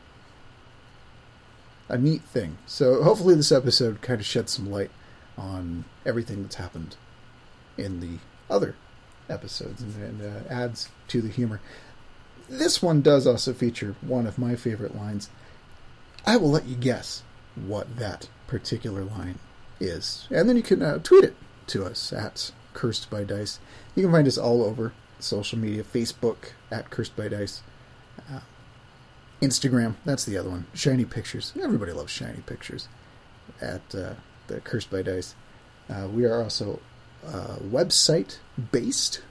Speaker 5: a neat thing. So hopefully this episode kind of sheds some light on everything that's happened in the other episodes and, and uh, adds to the humor. This one does also feature one of my favorite lines. I will let you guess what that particular line is, and then you can uh, tweet it to us at Cursed by Dice. You can find us all over social media: Facebook at Cursed by Dice, Uh, Instagram. That's the other one. Shiny pictures. Everybody loves shiny pictures. At uh, the Cursed by Dice, uh, we are also uh, website based,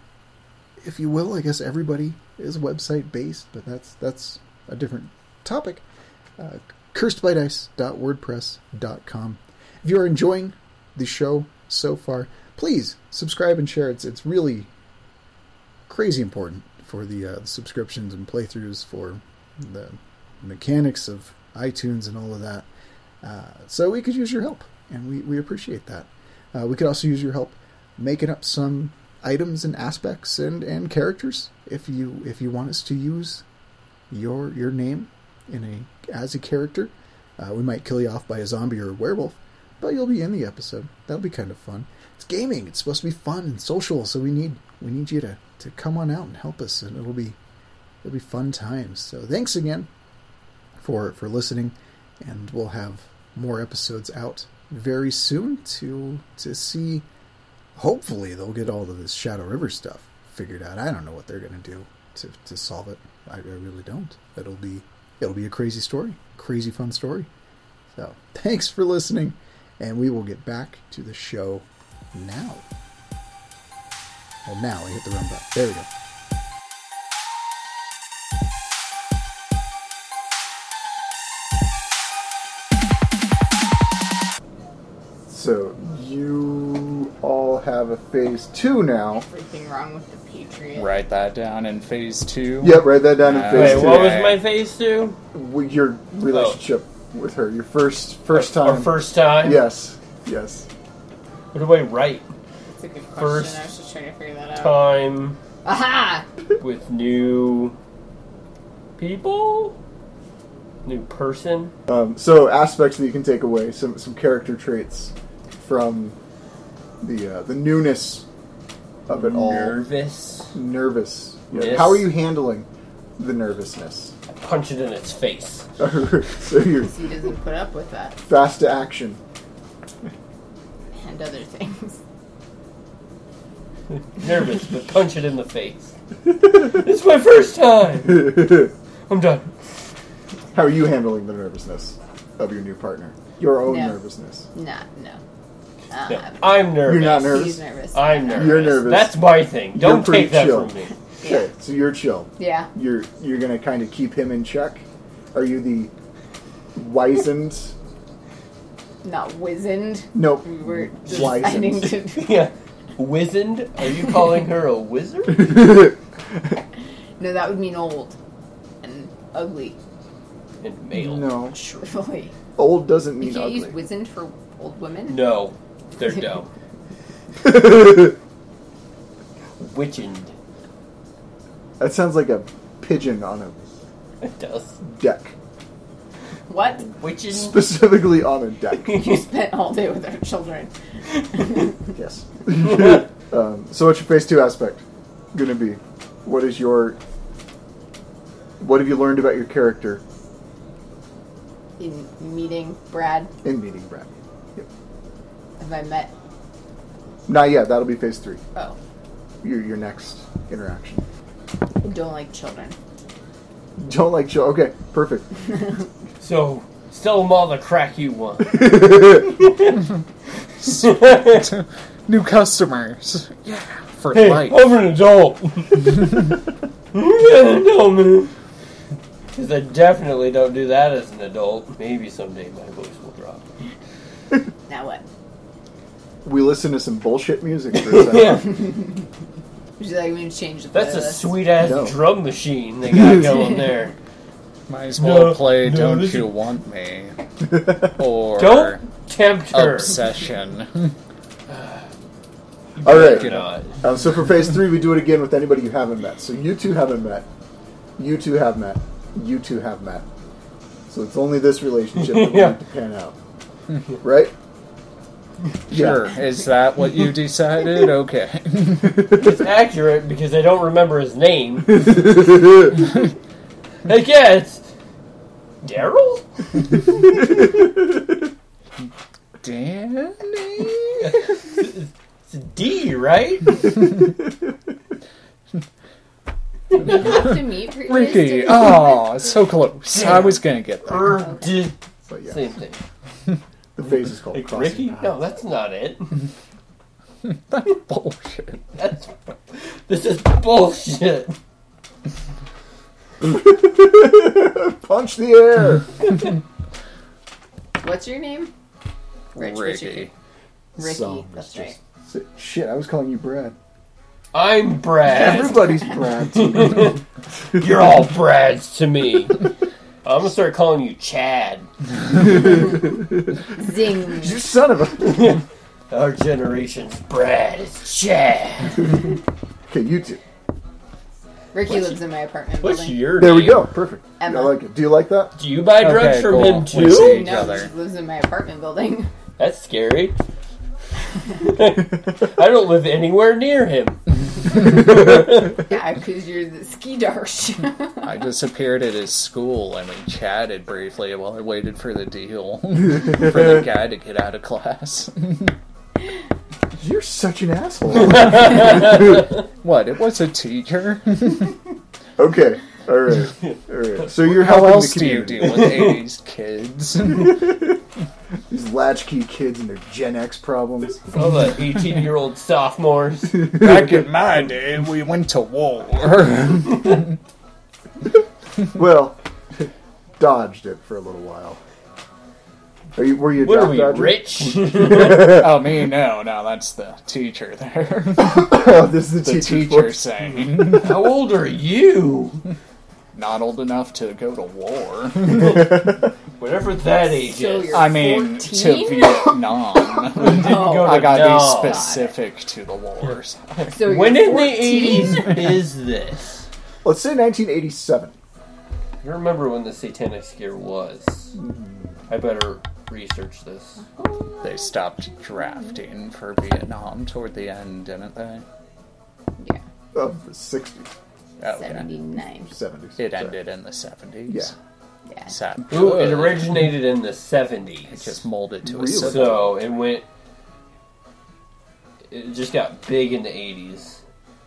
Speaker 5: if you will. I guess everybody is website based, but that's that's a different topic. Uh, CursedByDice.wordpress.com. If you are enjoying the show so far, please subscribe and share. It's it's really crazy important for the, uh, the subscriptions and playthroughs for the mechanics of iTunes and all of that. Uh, so we could use your help, and we, we appreciate that. Uh, we could also use your help making up some items and aspects and, and characters if you if you want us to use your your name in a as a character. Uh, we might kill you off by a zombie or a werewolf, but you'll be in the episode. That'll be kind of fun. It's gaming. It's supposed to be fun and social, so we need we need you to, to come on out and help us, and it'll be it'll be fun times. So thanks again for for listening, and we'll have more episodes out very soon to to see. Hopefully, they'll get all of this Shadow River stuff figured out. I don't know what they're going to do to to solve it. I, I really don't. It'll be it'll be a crazy story, crazy fun story. So thanks for listening, and we will get back to the show now. Well, now I hit the run button. There we go.
Speaker 2: So you all have a phase two now.
Speaker 4: Everything wrong with the Patriot.
Speaker 1: Write that down in phase two.
Speaker 2: Yep. Write that down in
Speaker 1: Uh,
Speaker 2: phase
Speaker 3: Wait,
Speaker 2: two.
Speaker 3: what was
Speaker 1: Right.
Speaker 3: my phase two?
Speaker 2: W- Your relationship with her. Your first first time.
Speaker 3: Our first time.
Speaker 2: Yes. Yes.
Speaker 3: What do I write?
Speaker 4: That's a good question.
Speaker 3: First
Speaker 4: I was just trying to figure that out.
Speaker 3: Time
Speaker 4: Aha!
Speaker 3: with new people, new person.
Speaker 2: Um, so aspects that you can take away, some some character traits from the uh, the newness of it all.
Speaker 3: Nervous.
Speaker 2: Nervous. Yeah.
Speaker 3: Yes.
Speaker 2: How are you handling the nervousness?
Speaker 3: Punch it in its face.
Speaker 2: so you're
Speaker 4: He doesn't put up with that
Speaker 2: fast to action.
Speaker 4: and other things.
Speaker 3: Nervous, but punch it in the face. It's my first time. I'm done.
Speaker 2: How are you handling the nervousness of your new partner? Your own
Speaker 4: No.
Speaker 2: nervousness.
Speaker 4: Nah, no. Um,
Speaker 3: No, I'm nervous.
Speaker 2: You're not nervous.
Speaker 4: He's nervous.
Speaker 3: I'm nervous.
Speaker 2: You're nervous.
Speaker 3: That's my thing. Don't
Speaker 2: pretty
Speaker 3: take that
Speaker 2: chill.
Speaker 3: from me.
Speaker 2: Okay, so you're chill.
Speaker 4: Yeah.
Speaker 2: You're you're gonna kind of keep him in check. Are you the wizened?
Speaker 4: Not wizened.
Speaker 2: Nope.
Speaker 4: We were just deciding
Speaker 2: Wizened.
Speaker 4: to.
Speaker 3: Yeah. Wizened? Are you calling her a wizard?
Speaker 4: No, that would mean old and ugly.
Speaker 3: And male.
Speaker 2: No.
Speaker 4: Shrivelly.
Speaker 2: Old doesn't
Speaker 4: You
Speaker 2: mean
Speaker 4: can't use
Speaker 2: ugly.
Speaker 4: wizened for old women.
Speaker 3: No. They're dumb. Witchened.
Speaker 2: that sounds like a pigeon on a
Speaker 3: It does.
Speaker 2: deck.
Speaker 4: What?
Speaker 3: Witchened?
Speaker 2: Specifically on a deck.
Speaker 4: You spent all day with our children.
Speaker 2: yes. um, so what's your phase two aspect gonna be? What is your what have you learned about your character
Speaker 4: In meeting Brad,
Speaker 2: in meeting Brad? Yep.
Speaker 4: have I met?
Speaker 2: Not yet, that'll be phase three.
Speaker 4: Oh,
Speaker 2: Your your next interaction.
Speaker 4: I don't like children.
Speaker 2: Don't like chill okay, perfect.
Speaker 3: So, sell them all the crack you want.
Speaker 1: New customers. Yeah, for
Speaker 3: Hey, Oh.
Speaker 1: life.
Speaker 3: I'm an adult. I'm an adult, man. 'Cause I definitely don't do that as an adult. Maybe someday my voice will drop.
Speaker 4: Now what?
Speaker 2: We listen to some bullshit music for a second.
Speaker 4: Would you like me to change the
Speaker 3: That's a
Speaker 4: playlist?
Speaker 3: sweet ass
Speaker 2: No.
Speaker 3: drum machine they got going there.
Speaker 1: Might as well
Speaker 3: No,
Speaker 1: play
Speaker 3: no,
Speaker 1: Don't
Speaker 3: this
Speaker 1: You
Speaker 3: is-
Speaker 1: Want Me. Or
Speaker 3: Don't tempt her.
Speaker 1: Obsession.
Speaker 2: All
Speaker 3: Or
Speaker 2: right.
Speaker 3: not.
Speaker 2: Um, so for phase three, we do it again with anybody you haven't met. So you two haven't met. You two have met. You two have met. So it's only this relationship that we
Speaker 3: Yeah.
Speaker 2: need to pan out, right?
Speaker 1: Sure. Is that what you decided? Okay.
Speaker 3: It's accurate because I don't remember his name. like, yeah, it's Daryl?
Speaker 1: Danny?
Speaker 3: It's a D, right?
Speaker 4: We have to meet for this
Speaker 1: Ricky.
Speaker 4: to-
Speaker 1: Oh, so close. I was going to get there.
Speaker 3: Er, D.
Speaker 2: But yeah,
Speaker 3: Same thing.
Speaker 2: the phase is called
Speaker 3: Like
Speaker 2: crossing
Speaker 3: Ricky?
Speaker 2: paths.
Speaker 3: No, that's not it.
Speaker 1: Bullshit.
Speaker 3: That's this is bullshit.
Speaker 2: Punch the air.
Speaker 4: What's your name? Rich, Rich,
Speaker 1: Ricky.
Speaker 4: Ricky.
Speaker 2: Some
Speaker 4: that's
Speaker 2: was
Speaker 4: right.
Speaker 2: just- Shit, I was calling you Brad.
Speaker 3: I'm Brad.
Speaker 2: Everybody's Brad. too.
Speaker 3: You're all Brads to me. I'm gonna start calling you Chad.
Speaker 4: Zing.
Speaker 2: you son of a.
Speaker 3: Our generation's Brad is Chad.
Speaker 2: Okay, you two.
Speaker 4: Ricky lives in my apartment
Speaker 3: What's
Speaker 4: building.
Speaker 3: your
Speaker 2: There we
Speaker 3: name?
Speaker 2: go. Perfect.
Speaker 4: Emma.
Speaker 2: I like it. Do you like that?
Speaker 3: Do you buy drugs
Speaker 1: Okay,
Speaker 3: from
Speaker 1: cool.
Speaker 3: him
Speaker 1: We
Speaker 3: too?
Speaker 1: see. each
Speaker 4: no,
Speaker 1: other.
Speaker 4: she lives in my apartment building.
Speaker 3: That's scary. I don't live anywhere near him.
Speaker 4: yeah, because you're the ski darsh.
Speaker 1: I disappeared at his school and we chatted briefly while I waited for the deal for the guy to get out of class.
Speaker 2: You're such an asshole.
Speaker 1: what? It was a teacher?
Speaker 2: okay. All right. All right. So you're
Speaker 1: How
Speaker 2: helping
Speaker 1: else
Speaker 2: the
Speaker 1: do you
Speaker 2: community.
Speaker 1: deal with 80s kids?
Speaker 2: These latchkey kids and their Gen X problems.
Speaker 3: All the 18 year old sophomores.
Speaker 1: Back in my day, we went to war.
Speaker 2: Well, dodged it for a little while. Are you, were you a
Speaker 3: What are
Speaker 2: job
Speaker 3: we,
Speaker 2: dodger?
Speaker 3: rich?
Speaker 1: oh, me? No, no, that's the teacher there.
Speaker 2: Oh, this is the,
Speaker 1: The
Speaker 2: teacher's
Speaker 1: teacher
Speaker 2: voice.
Speaker 1: saying,
Speaker 3: How old are you?
Speaker 1: not old enough to go to war.
Speaker 3: Whatever that age
Speaker 4: So
Speaker 3: is.
Speaker 4: you're-
Speaker 1: I mean, to
Speaker 4: 14?
Speaker 1: Vietnam.
Speaker 3: go
Speaker 1: I gotta
Speaker 3: No.
Speaker 1: be specific to the wars.
Speaker 4: Oh, So you're
Speaker 3: When in the
Speaker 4: 14?
Speaker 3: 80s is this?
Speaker 2: Let's say 1987.
Speaker 3: I don't remember when the Satanic Scare was. I better research this.
Speaker 1: They stopped drafting for Vietnam toward the end, didn't they? Oh,
Speaker 4: Yeah,
Speaker 2: Of the 60s,
Speaker 1: Okay.
Speaker 4: 79.
Speaker 2: 70s.
Speaker 1: It
Speaker 2: sorry.
Speaker 1: ended in the 70s.
Speaker 2: Yeah.
Speaker 4: Yeah.
Speaker 1: Sad.
Speaker 3: Ooh, it originated in the 70s.
Speaker 1: It just molded to a
Speaker 2: Really?
Speaker 1: sub-
Speaker 3: So it went. It just got big in the 80s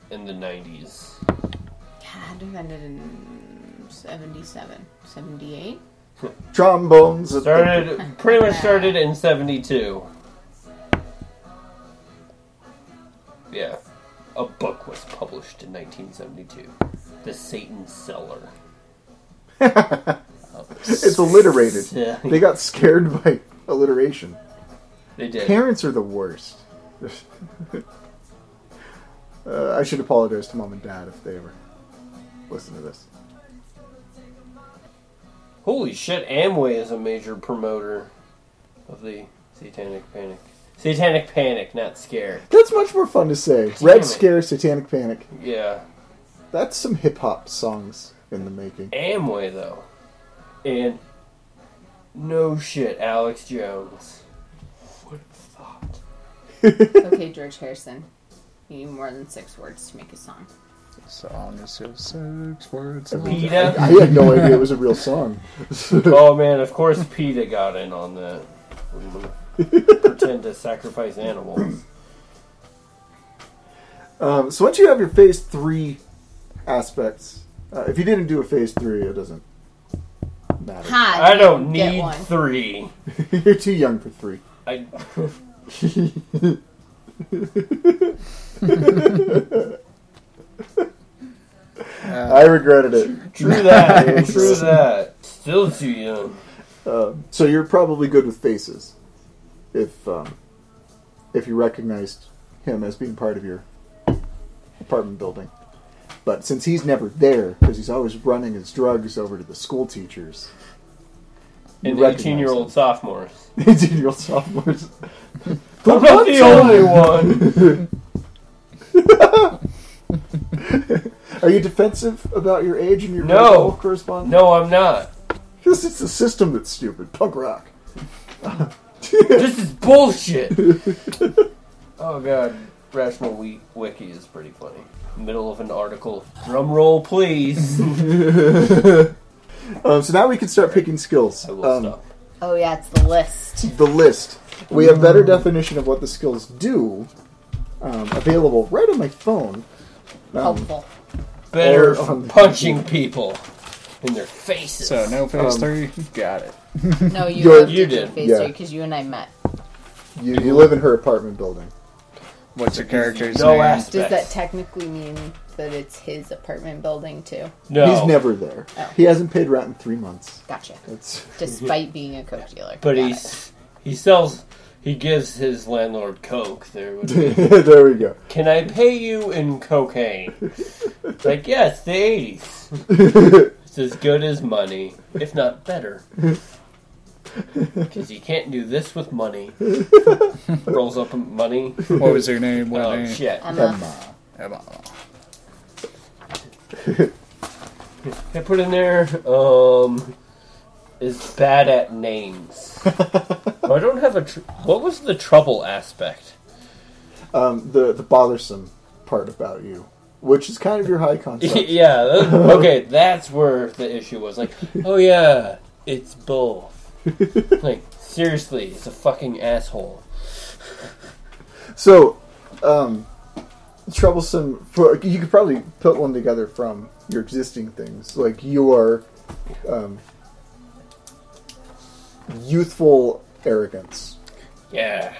Speaker 3: and the 90s.
Speaker 4: God, it ended in 77, 78.
Speaker 2: Trombones. At the,
Speaker 3: Started pretty much started in 72. Yeah. A book was published in 1972. The Satan Seller.
Speaker 2: it's alliterated.
Speaker 3: Yeah.
Speaker 2: They got scared by alliteration.
Speaker 3: They did.
Speaker 2: Parents are the worst. uh, I should apologize to mom and dad if they ever listen to this.
Speaker 3: Holy shit, Amway is a major promoter of the Satanic Panic. Satanic Panic, not Scare.
Speaker 2: That's much more fun to say.
Speaker 3: it.
Speaker 2: Red Scare, Satanic Panic.
Speaker 3: Yeah.
Speaker 2: That's some hip hop songs in the making.
Speaker 3: Amway, though. And no shit, Alex Jones. What a thought.
Speaker 4: Okay, George Harrison. You need more than six words to make a song.
Speaker 1: Song is just six words.
Speaker 3: PETA?
Speaker 2: I had no idea it was a real song.
Speaker 3: Oh man, of course PETA got in on that. We're gonna pretend to sacrifice animals.
Speaker 2: Um, so once you have your phase three aspects, uh, if you didn't do a phase three, it doesn't matter.
Speaker 4: Ha!
Speaker 3: I don't
Speaker 4: get
Speaker 3: need
Speaker 4: one.
Speaker 3: three.
Speaker 2: You're too young for three.
Speaker 3: I
Speaker 2: I regretted it.
Speaker 3: true that. True that. Still too young.
Speaker 2: Um, so you're probably good with faces, if um, if you recognized him as being part of your apartment building. But since he's never there, because he's always running his drugs over to the school teachers, you
Speaker 3: An
Speaker 2: recognize
Speaker 3: eighteen-year-old
Speaker 2: him.
Speaker 3: sophomore.
Speaker 2: 18-year-old sophomores.
Speaker 3: I'm not the only one.
Speaker 2: Are you defensive about your age and your
Speaker 3: No.
Speaker 2: racial correspondence?
Speaker 3: No, I'm not.
Speaker 2: Because it's the system that's stupid. Punk rock.
Speaker 3: This is bullshit. Oh god, rational Wheat wiki is pretty funny. Middle of an article. Drum roll, please.
Speaker 2: Um, so now we can start picking skills.
Speaker 3: I will
Speaker 2: Um,
Speaker 3: stop.
Speaker 4: Oh, yeah, it's the list.
Speaker 2: the list. We have better definition of what the skills do um, available right on my phone. Um,
Speaker 4: Helpful.
Speaker 3: Better
Speaker 2: or
Speaker 3: for
Speaker 2: on-
Speaker 3: punching people in their faces.
Speaker 1: So no phase
Speaker 2: Um,
Speaker 1: three. Got it.
Speaker 4: No, you,
Speaker 2: You're-
Speaker 3: Um,
Speaker 4: looked
Speaker 3: you
Speaker 4: at your
Speaker 3: did,
Speaker 4: Phase
Speaker 2: yeah.
Speaker 4: three because you and I met.
Speaker 2: you, you live in her apartment building.
Speaker 1: What's your character's
Speaker 3: No
Speaker 1: name?
Speaker 3: ass.
Speaker 4: Does that
Speaker 3: Yes.
Speaker 4: technically mean that it's his apartment building, too?
Speaker 3: no.
Speaker 2: He's never there.
Speaker 4: Oh.
Speaker 2: He hasn't paid rent in three months.
Speaker 4: Gotcha.
Speaker 2: That's
Speaker 4: Despite being a coke dealer.
Speaker 3: But
Speaker 4: Got
Speaker 3: he
Speaker 4: it.
Speaker 3: s- he sells. He gives his landlord coke. There, would be,
Speaker 2: there we go.
Speaker 3: can I pay you in cocaine? It's like yes, the eighties. It's as good as money, if not better. Because you can't do this with money. Rolls up money.
Speaker 1: What was her name?
Speaker 3: Oh
Speaker 1: Winnie?
Speaker 3: shit!
Speaker 4: Emma.
Speaker 2: Emma.
Speaker 1: Emma.
Speaker 3: I put in there. Um, is bad at names. Oh, I don't have a. Tr- what was the trouble aspect?
Speaker 2: Um, the the bothersome part about you, which is kind of your high concept.
Speaker 3: yeah. that- Okay, that's where the issue was. Like, oh yeah, it's both. like, seriously, it's a fucking asshole.
Speaker 2: so, um, troublesome. For, you could probably put one together from your existing things, like your um, youthful arrogance.
Speaker 3: Yeah.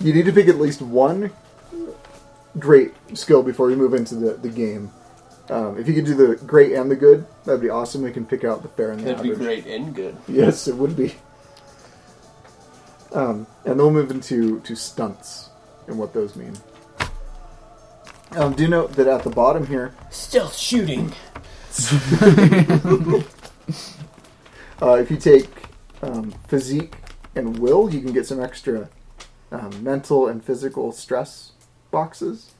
Speaker 2: You need to pick at least one great skill before you move into the, the game. Um, if you could do the great and the good, that'd be awesome. We can pick out the fair and the
Speaker 3: That'd be
Speaker 2: average.
Speaker 3: great and good.
Speaker 2: Yes, it would be. Um, and then we'll move into to stunts and what those mean. Um, do note that at the bottom here,
Speaker 3: Stealth shooting.
Speaker 2: uh, if you take um, physique and will, you can get some extra um, mental and physical stress boxes.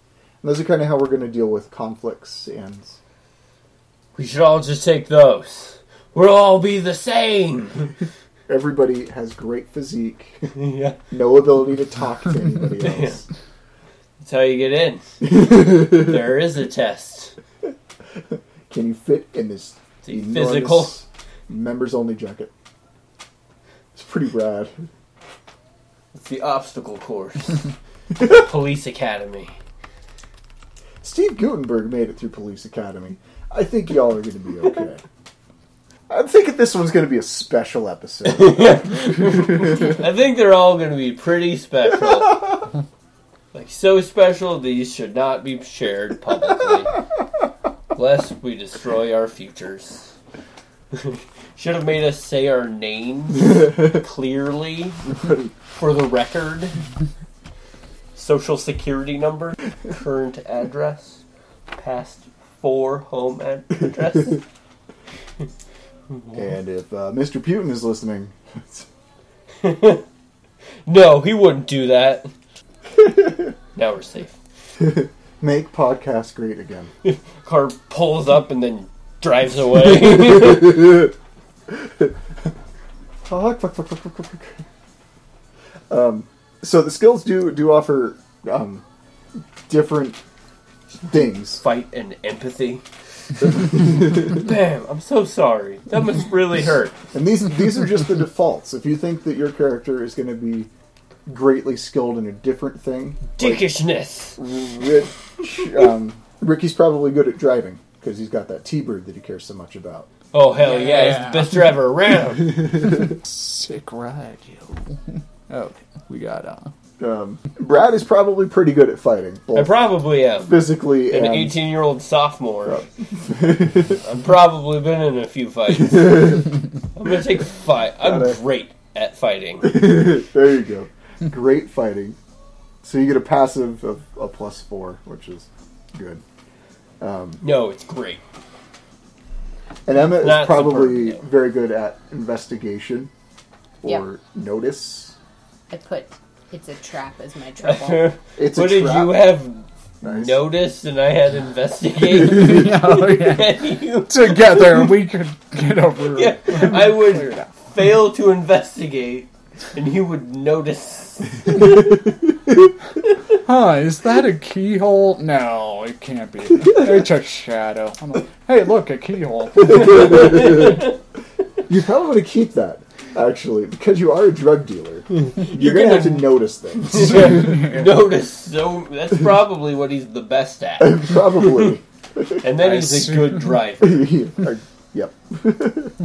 Speaker 2: And those are kind of how we're going to deal with conflicts and
Speaker 3: We should all just take those. We'll all be the same.
Speaker 2: everybody has great physique,
Speaker 3: yeah.
Speaker 2: no ability to talk to anybody else.
Speaker 3: That's how you get in. there is a test.
Speaker 2: Can you fit in this
Speaker 3: The physical.
Speaker 2: members only jacket? It's pretty rad.
Speaker 3: It's the obstacle course. Police academy.
Speaker 2: Steve Gutenberg made it through Police Academy. I think y'all are going to be okay. I'm thinking this one's going to be a special episode.
Speaker 3: I think they're all going to be pretty special. like, so special, these should not be shared publicly. Lest we destroy our futures. should have made us say our names clearly for the record. Social security number, current address, past four home ad- address.
Speaker 2: and if uh, Mr. Putin is listening,
Speaker 3: No, he wouldn't do that. now we're safe.
Speaker 2: make podcast great again.
Speaker 3: car pulls up and then drives away.
Speaker 2: Fuck, fuck, fuck, fuck, fuck, fuck, fuck. Um, so the skills do do offer um, different things.
Speaker 3: Fight and empathy. Bam! I'm so sorry. That must really hurt.
Speaker 2: And these these are just the defaults. If you think that your character is going to be greatly skilled in a different thing,
Speaker 3: Dickishness.
Speaker 2: Rich, um, Ricky's probably good at driving because he's got that T-bird that he cares so much about.
Speaker 3: Oh hell yeah! It's the best driver around.
Speaker 1: Sick ride, yo. okay, we got uh
Speaker 2: Um, Brad is probably pretty good at fighting,
Speaker 3: I
Speaker 2: both
Speaker 3: probably am.
Speaker 2: physically
Speaker 3: An
Speaker 2: and
Speaker 3: 18-year-old sophomore. I've probably been in a few fights. I'm gonna take fight. I'm
Speaker 2: Gotta-
Speaker 3: great at fighting.
Speaker 2: there you go. Great fighting. So you get a passive of a plus four, which is good.
Speaker 3: No, it's great.
Speaker 2: And Emma is
Speaker 3: Not
Speaker 2: probably
Speaker 3: superb, no.
Speaker 2: very good at investigation or notice.
Speaker 4: I put it's a trap as my trouble.
Speaker 2: It's
Speaker 3: what
Speaker 2: a
Speaker 3: did
Speaker 2: trap.
Speaker 3: you have
Speaker 2: Nice.
Speaker 3: noticed and I had investigated?
Speaker 1: Oh, yeah.
Speaker 3: and you
Speaker 1: Together we could get over
Speaker 3: yeah, I would fail to investigate, and he would notice.
Speaker 1: Huh, is that a keyhole? No, it can't be. It's a shadow. I'm like, hey, look, a keyhole.
Speaker 2: You probably want to keep that, actually, because you are a drug dealer. You're going to
Speaker 3: gonna-
Speaker 2: have to notice things.
Speaker 3: notice. So that's probably what he's the best at. And
Speaker 2: probably.
Speaker 3: then
Speaker 1: I
Speaker 3: he's a
Speaker 1: see.
Speaker 3: good driver.
Speaker 2: Or- yep.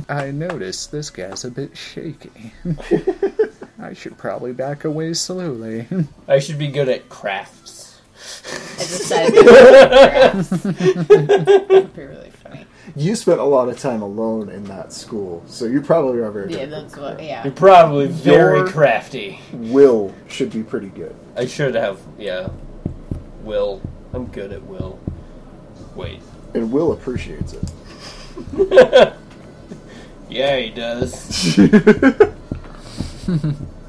Speaker 1: I noticed this guy's a bit shaky. I should probably back away slowly.
Speaker 3: I should be good at crafts.
Speaker 4: I decided to put traps. That'd be really funny.
Speaker 2: You spent a lot of time alone in that school, so you probably are very
Speaker 4: Yeah,
Speaker 2: good.
Speaker 4: that's what. Yeah,
Speaker 3: You're probably very
Speaker 2: Your-
Speaker 3: crafty.
Speaker 2: Will should be pretty good.
Speaker 3: I should have. Yeah, will. I'm good at will. Wait.
Speaker 2: And Will appreciates it.
Speaker 3: Yeah, he does.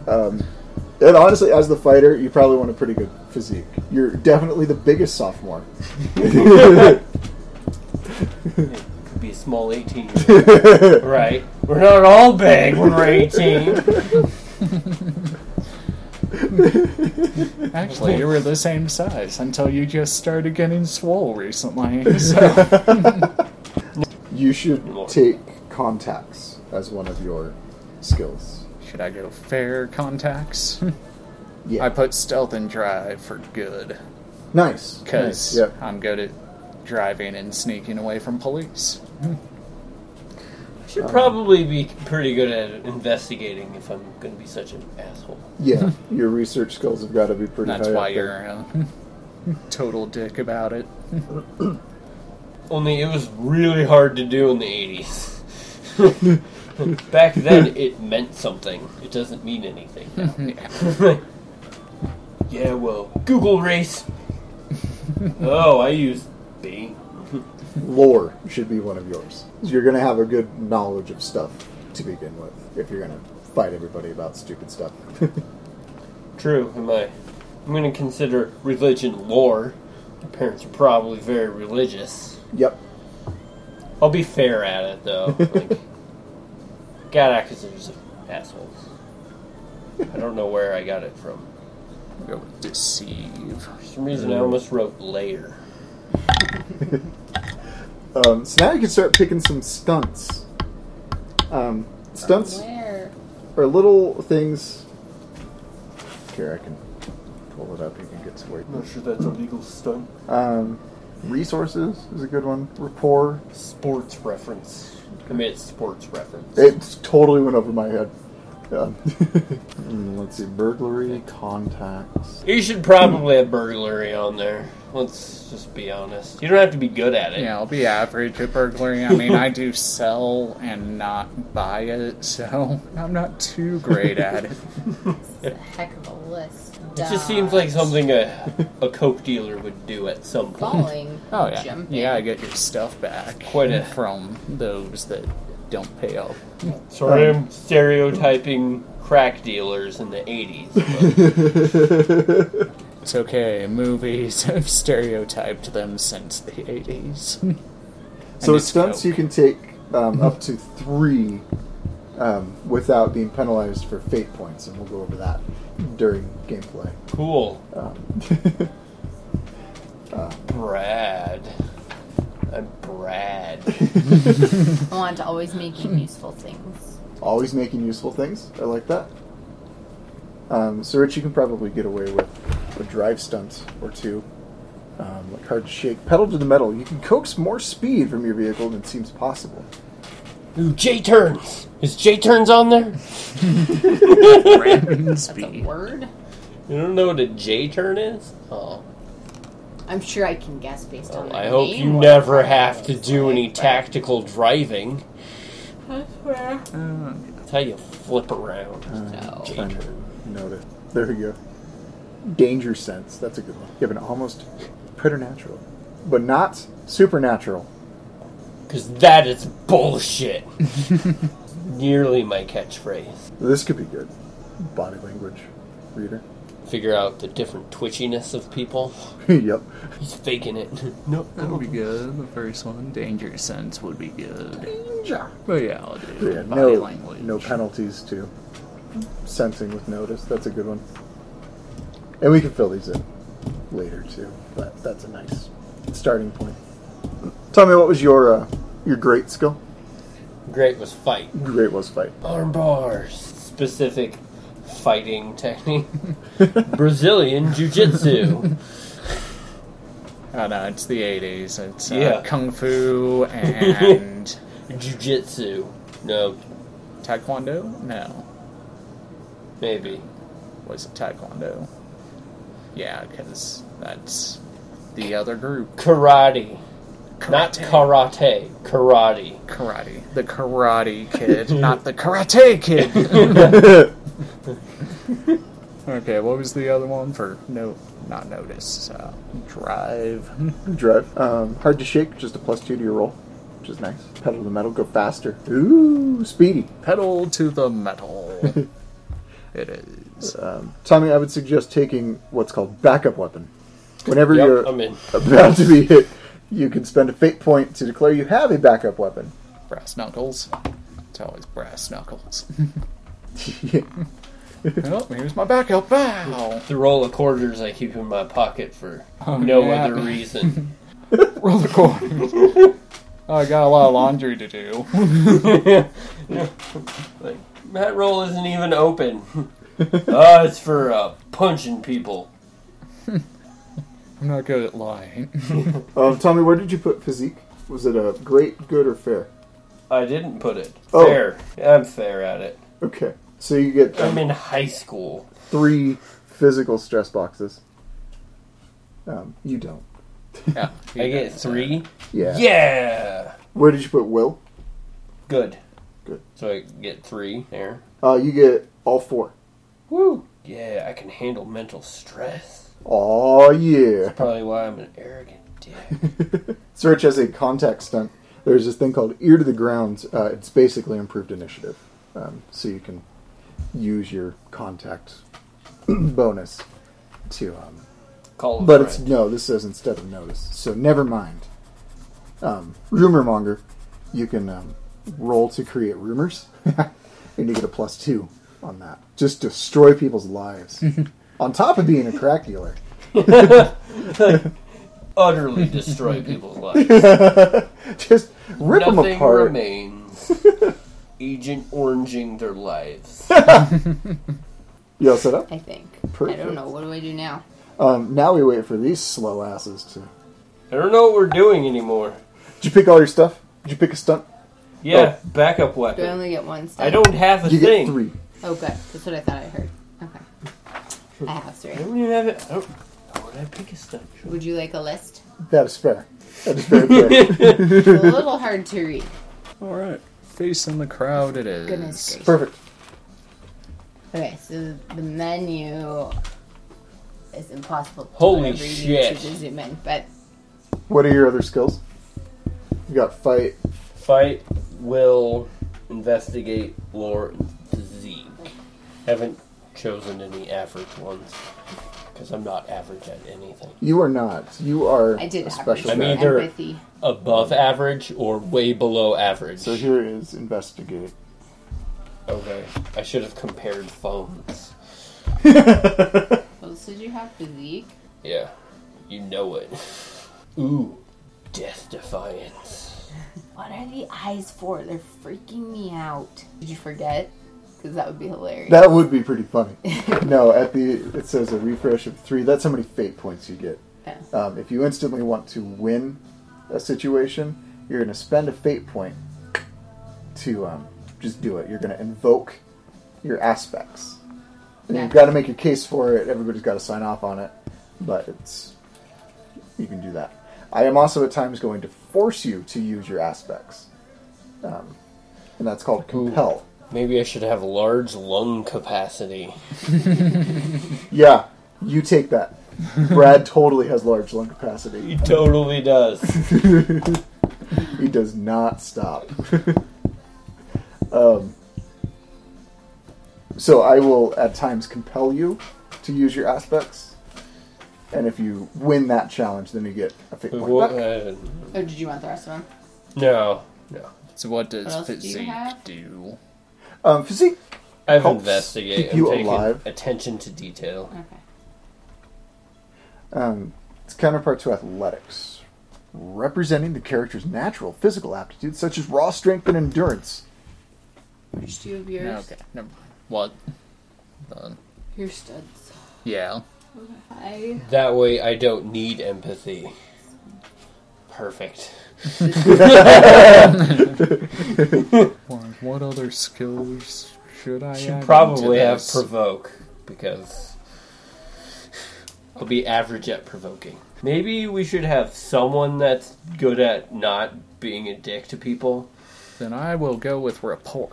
Speaker 2: Um, And honestly, as the fighter, you probably want a pretty good physique. You're definitely the biggest sophomore.
Speaker 3: Could be a small 18 year old. right. We're not all big when we're 18.
Speaker 1: Actually, you were the same size until you just started getting swole recently. So,
Speaker 2: You should
Speaker 3: Lord.
Speaker 2: take contacts as one of your skills.
Speaker 1: should I go fair contacts?
Speaker 2: Yeah.
Speaker 1: I put stealth and drive for good
Speaker 2: nice.
Speaker 1: because
Speaker 2: Nice. Yeah.
Speaker 1: I'm good at driving and sneaking away from police.
Speaker 3: Should probably be pretty good at investigating if I'm going to be such an asshole.
Speaker 2: yeah. Your research skills have got to be pretty
Speaker 1: That's
Speaker 2: high
Speaker 1: why
Speaker 2: up there.
Speaker 1: you're a total dick about it.
Speaker 3: Only it was really hard to do in the 80s. Back then, it meant something. It doesn't mean anything. now. yeah, well, Google Race. oh, I use Bing.
Speaker 2: Lore should be one of yours. You're going to have a good knowledge of stuff to begin with if you're going to fight everybody about stupid stuff.
Speaker 3: True, am I? I'm going to consider religion lore. My parents are probably very religious.
Speaker 2: yep.
Speaker 3: I'll be fair at it, though. Like, God, actors are assholes. I don't know where I got it from.
Speaker 1: Go with deceive.
Speaker 3: For some reason, I almost wrote layer.
Speaker 2: Um, so now you can start picking some stunts. Um, stunts
Speaker 4: Where?
Speaker 2: are little things. Here, I can pull it up. You can get some work.
Speaker 3: sure that's a legal stunt.
Speaker 2: Um, resources is a good one. Rapport.
Speaker 3: Sports reference. I mean, it's sports reference.
Speaker 2: It totally went over my head. Um, mm, let's see. Burglary, contacts.
Speaker 3: You should probably have burglary on there. Let's just be honest. You don't have to be good at it.
Speaker 1: Yeah, I'll be average at burglary. I mean, I do sell and not buy it, so I'm not too great at it.
Speaker 4: It's a heck of a list.
Speaker 3: It just seems like something a, a coke dealer would do at some point.
Speaker 4: falling.
Speaker 1: Oh yeah,
Speaker 4: Jumping.
Speaker 1: you gotta get your stuff back.
Speaker 3: Quite a-
Speaker 1: from those that don't pay up.
Speaker 3: Sorry, I'm Um, stereotyping crack dealers in the 80s. but-
Speaker 1: It's okay. Movies have stereotyped them since the '80s.
Speaker 2: So
Speaker 1: it's
Speaker 2: stunts
Speaker 1: coke.
Speaker 2: you can take um, up to three um, without being penalized for fate points, and we'll go over that during gameplay.
Speaker 3: Cool.
Speaker 2: Um,
Speaker 3: Brad. I'm Brad.
Speaker 4: I want to always
Speaker 3: Mm-hmm.
Speaker 4: making useful things.
Speaker 2: always making useful things. I like that. Um, so Rich, you can probably get away with a drive stunt or two, um, like hard to shake, pedal to the metal. You can coax more speed from your vehicle than seems possible.
Speaker 3: Ooh, J turns! Is J turns on there?
Speaker 4: That's a word.
Speaker 3: You don't know what a J turn is? Oh.
Speaker 4: I'm sure I can guess based
Speaker 3: Well,
Speaker 4: on. the
Speaker 3: Oh, I hope
Speaker 4: name
Speaker 3: you
Speaker 4: what
Speaker 3: never
Speaker 4: it
Speaker 3: have to
Speaker 4: is,
Speaker 3: do
Speaker 4: like,
Speaker 3: any
Speaker 4: but-
Speaker 3: tactical driving.
Speaker 4: I swear.
Speaker 3: That's how you flip around.
Speaker 4: No.
Speaker 3: J
Speaker 2: Trying
Speaker 3: turn.
Speaker 2: to note it. There we go. Danger sense. That's a good one. You have an almost preternatural, but not supernatural.
Speaker 3: Because that is bullshit. Nearly my catchphrase.
Speaker 2: This could be good. Body language reader.
Speaker 3: Figure out the different twitchiness of people.
Speaker 2: yep.
Speaker 3: He's faking it. no.
Speaker 1: That would be good. The first one, danger sense, would be good.
Speaker 2: Danger.
Speaker 1: But yeah, I'll do
Speaker 2: Yeah,
Speaker 1: body
Speaker 2: no,
Speaker 1: language.
Speaker 2: no penalties to sensing with notice. That's a good one. And we can fill these in later too. But that's a nice starting point. Tell me, what was your uh, your great skill?
Speaker 3: Great was fight.
Speaker 2: Great was fight.
Speaker 3: Arm bars. Specific fighting technique. Brazilian Jiu Jitsu.
Speaker 1: Oh no, it's the '80s. It's uh,
Speaker 3: Yeah.
Speaker 1: kung fu and
Speaker 3: Jiu Jitsu. No,
Speaker 1: taekwondo. No,
Speaker 3: maybe.
Speaker 1: was it taekwondo? Yeah, because that's the other group.
Speaker 3: Karate. Not karate. Karate.
Speaker 1: karate. The Karate Kid, not the Karate Kid. okay, what was the other one for? No, not notice. Uh, drive. Hmm.
Speaker 2: Drive. Um, hard to shake, just a plus two to your roll, which is nice. Pedal to the metal, go faster. Ooh, speedy.
Speaker 1: Pedal to the metal. it is. uh,
Speaker 2: Um, Tommy, I would suggest taking what's called backup weapon. Whenever
Speaker 3: Yep,
Speaker 2: you're
Speaker 3: I'm in.
Speaker 2: about to be hit, you can spend a fate point to declare you have a backup weapon.
Speaker 1: Brass knuckles. It's always brass knuckles.
Speaker 2: Yeah.
Speaker 1: oh, here's my backup. Wow.
Speaker 3: The roll of quarters I keep in my pocket for no
Speaker 1: Oh, yeah.
Speaker 3: other reason.
Speaker 1: Roll the corners. Oh, I got a lot of laundry to do.
Speaker 3: Like, that roll isn't even open. uh, it's for uh, punching people.
Speaker 1: I'm not good at lying.
Speaker 2: Um, Tommy, where did you put physique? Was it a great, good, or fair?
Speaker 3: I didn't put it.
Speaker 2: Oh.
Speaker 3: Fair. I'm fair at it.
Speaker 2: Okay, so you get um,
Speaker 3: I'm in high school.
Speaker 2: three physical stress boxes. Um, you don't.
Speaker 1: Yeah,
Speaker 3: I get three.
Speaker 2: Yeah.
Speaker 3: Yeah.
Speaker 2: Where did you put will?
Speaker 3: Good.
Speaker 2: Good.
Speaker 3: So I get three there.
Speaker 2: Uh, you get all four.
Speaker 3: Woo. Yeah, I can handle mental stress.
Speaker 2: Oh yeah.
Speaker 3: Probably why I'm an arrogant dick.
Speaker 2: Search as a contact stunt. There's this thing called ear to the ground. Uh, it's basically improved initiative, um, so you can use your contact bonus to um,
Speaker 3: Call
Speaker 2: but it's no. This says instead of notice, so never mind. Um, rumor monger, you can um, roll to create rumors, and you get a plus two on that. Just destroy people's lives. on top of being a crack dealer,
Speaker 3: utterly destroy people's lives.
Speaker 2: just rip them
Speaker 3: Nothing
Speaker 2: apart.
Speaker 3: remains. Agent oranging their lives.
Speaker 2: You all set up?
Speaker 4: I think. I
Speaker 2: Perfect.
Speaker 4: don't know. What do I do now?
Speaker 2: Um, now we wait for these slow asses to.
Speaker 3: I don't know what we're doing anymore.
Speaker 2: Did you pick all your stuff? Did you pick a stunt?
Speaker 3: Yeah, backup
Speaker 4: Do I
Speaker 3: weapon.
Speaker 4: only get one step?
Speaker 3: I don't have a
Speaker 2: Oh. You
Speaker 3: thing.
Speaker 2: get three.
Speaker 4: Oh, good. That's what I thought I heard. Okay. I have three.
Speaker 3: I don't even have it. I don't. How would I pick a stuff?
Speaker 4: Would you like a list?
Speaker 2: That is fair. That is very fair.
Speaker 4: It's a little hard to read.
Speaker 1: All right. Facing the crowd, it is.
Speaker 4: Goodness gracious.
Speaker 2: Perfect.
Speaker 4: Okay, so the menu is impossible. To
Speaker 3: Holy
Speaker 4: whatever you
Speaker 3: shit.
Speaker 4: choose to zoom in, but
Speaker 2: What are your other skills? You got fight.
Speaker 3: Fight, will, investigate, lore, and physique. Haven't chosen any average ones because I'm not average at anything.
Speaker 2: You are not. You are
Speaker 4: I did
Speaker 2: a
Speaker 4: average
Speaker 2: special.
Speaker 3: I
Speaker 4: for
Speaker 3: mean,
Speaker 2: guy.
Speaker 3: they're-
Speaker 4: empathy.
Speaker 3: Above average or way below average.
Speaker 2: So here is investigate.
Speaker 3: okay, I should have compared phones.
Speaker 4: What else did you have? Physique?
Speaker 3: Yeah, you know it. Ooh, death defiance.
Speaker 4: What are the eyes for? They're freaking me out. Did you forget? Because that would be hilarious.
Speaker 2: That would be pretty funny. no, at the it says a refresh of three. That's how many fate points you get.
Speaker 4: Yeah.
Speaker 2: Um, if you instantly want to win a situation, you're going to spend a fate point to um, just do it. You're going to invoke your aspects. And
Speaker 4: Yeah.
Speaker 2: You've got to make your case for it. Everybody's got to sign off on it, but it's you can do that. I am also at times going to force you to use your aspects, um, and that's called compel.
Speaker 3: Maybe I should have large lung capacity.
Speaker 2: Yeah, you take that. Brad totally has large lung capacity.
Speaker 3: He totally does.
Speaker 2: He does not stop. um, so I will at times compel you to use your aspects, and if you win that challenge, then you get a fate
Speaker 3: Wha-
Speaker 2: point. back.
Speaker 3: uh,
Speaker 4: Oh, did you want the rest of them?
Speaker 3: no, no.
Speaker 1: So what
Speaker 4: What
Speaker 1: does
Speaker 4: else do you
Speaker 1: physique
Speaker 4: have?
Speaker 1: do?
Speaker 2: Um, physique.
Speaker 3: I've
Speaker 2: Helps
Speaker 3: investigated.
Speaker 2: keep you
Speaker 3: I'm taking
Speaker 2: alive.
Speaker 3: Attention to detail.
Speaker 4: Okay.
Speaker 2: Um, it's counterpart to athletics, representing the character's natural physical aptitudes, such as raw strength and endurance.
Speaker 4: Which two of yours?
Speaker 1: Okay. Never mind. What? The-
Speaker 4: Your studs.
Speaker 1: yeah.
Speaker 4: I.
Speaker 3: That way, I don't need empathy. Perfect.
Speaker 1: What, what other skills should I add
Speaker 3: Should
Speaker 1: into
Speaker 3: probably have
Speaker 1: this?
Speaker 3: provoke because I'll be average at provoking. Maybe we should have someone that's good at not being a dick to people.
Speaker 1: Then I will go with rapport.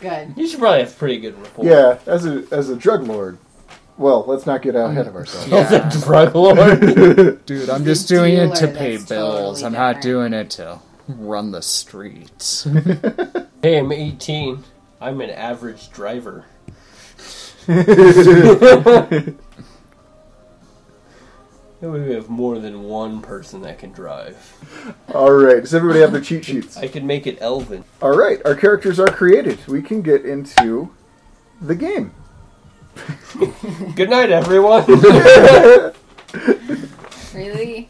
Speaker 4: Good.
Speaker 3: You should probably have pretty good rapport.
Speaker 2: Yeah, as a as a drug lord. Well, let's not get ahead of ourselves.
Speaker 3: As a
Speaker 1: Yeah.
Speaker 3: drug lord.
Speaker 1: Dude, I'm
Speaker 4: He's a
Speaker 1: just doing it to
Speaker 4: dealer,
Speaker 1: pay
Speaker 4: that's
Speaker 1: bills.
Speaker 4: totally
Speaker 1: I'm not doing
Speaker 4: different.
Speaker 1: it to run the streets.
Speaker 3: hey, I'm 18. I'm an average driver. That way we have more than one person that can drive.
Speaker 2: All right. Does everybody have their cheat sheets?
Speaker 3: I could make it Elvin.
Speaker 2: All right. Our characters are created. We can get into the game.
Speaker 3: Good night, everyone.
Speaker 4: Really?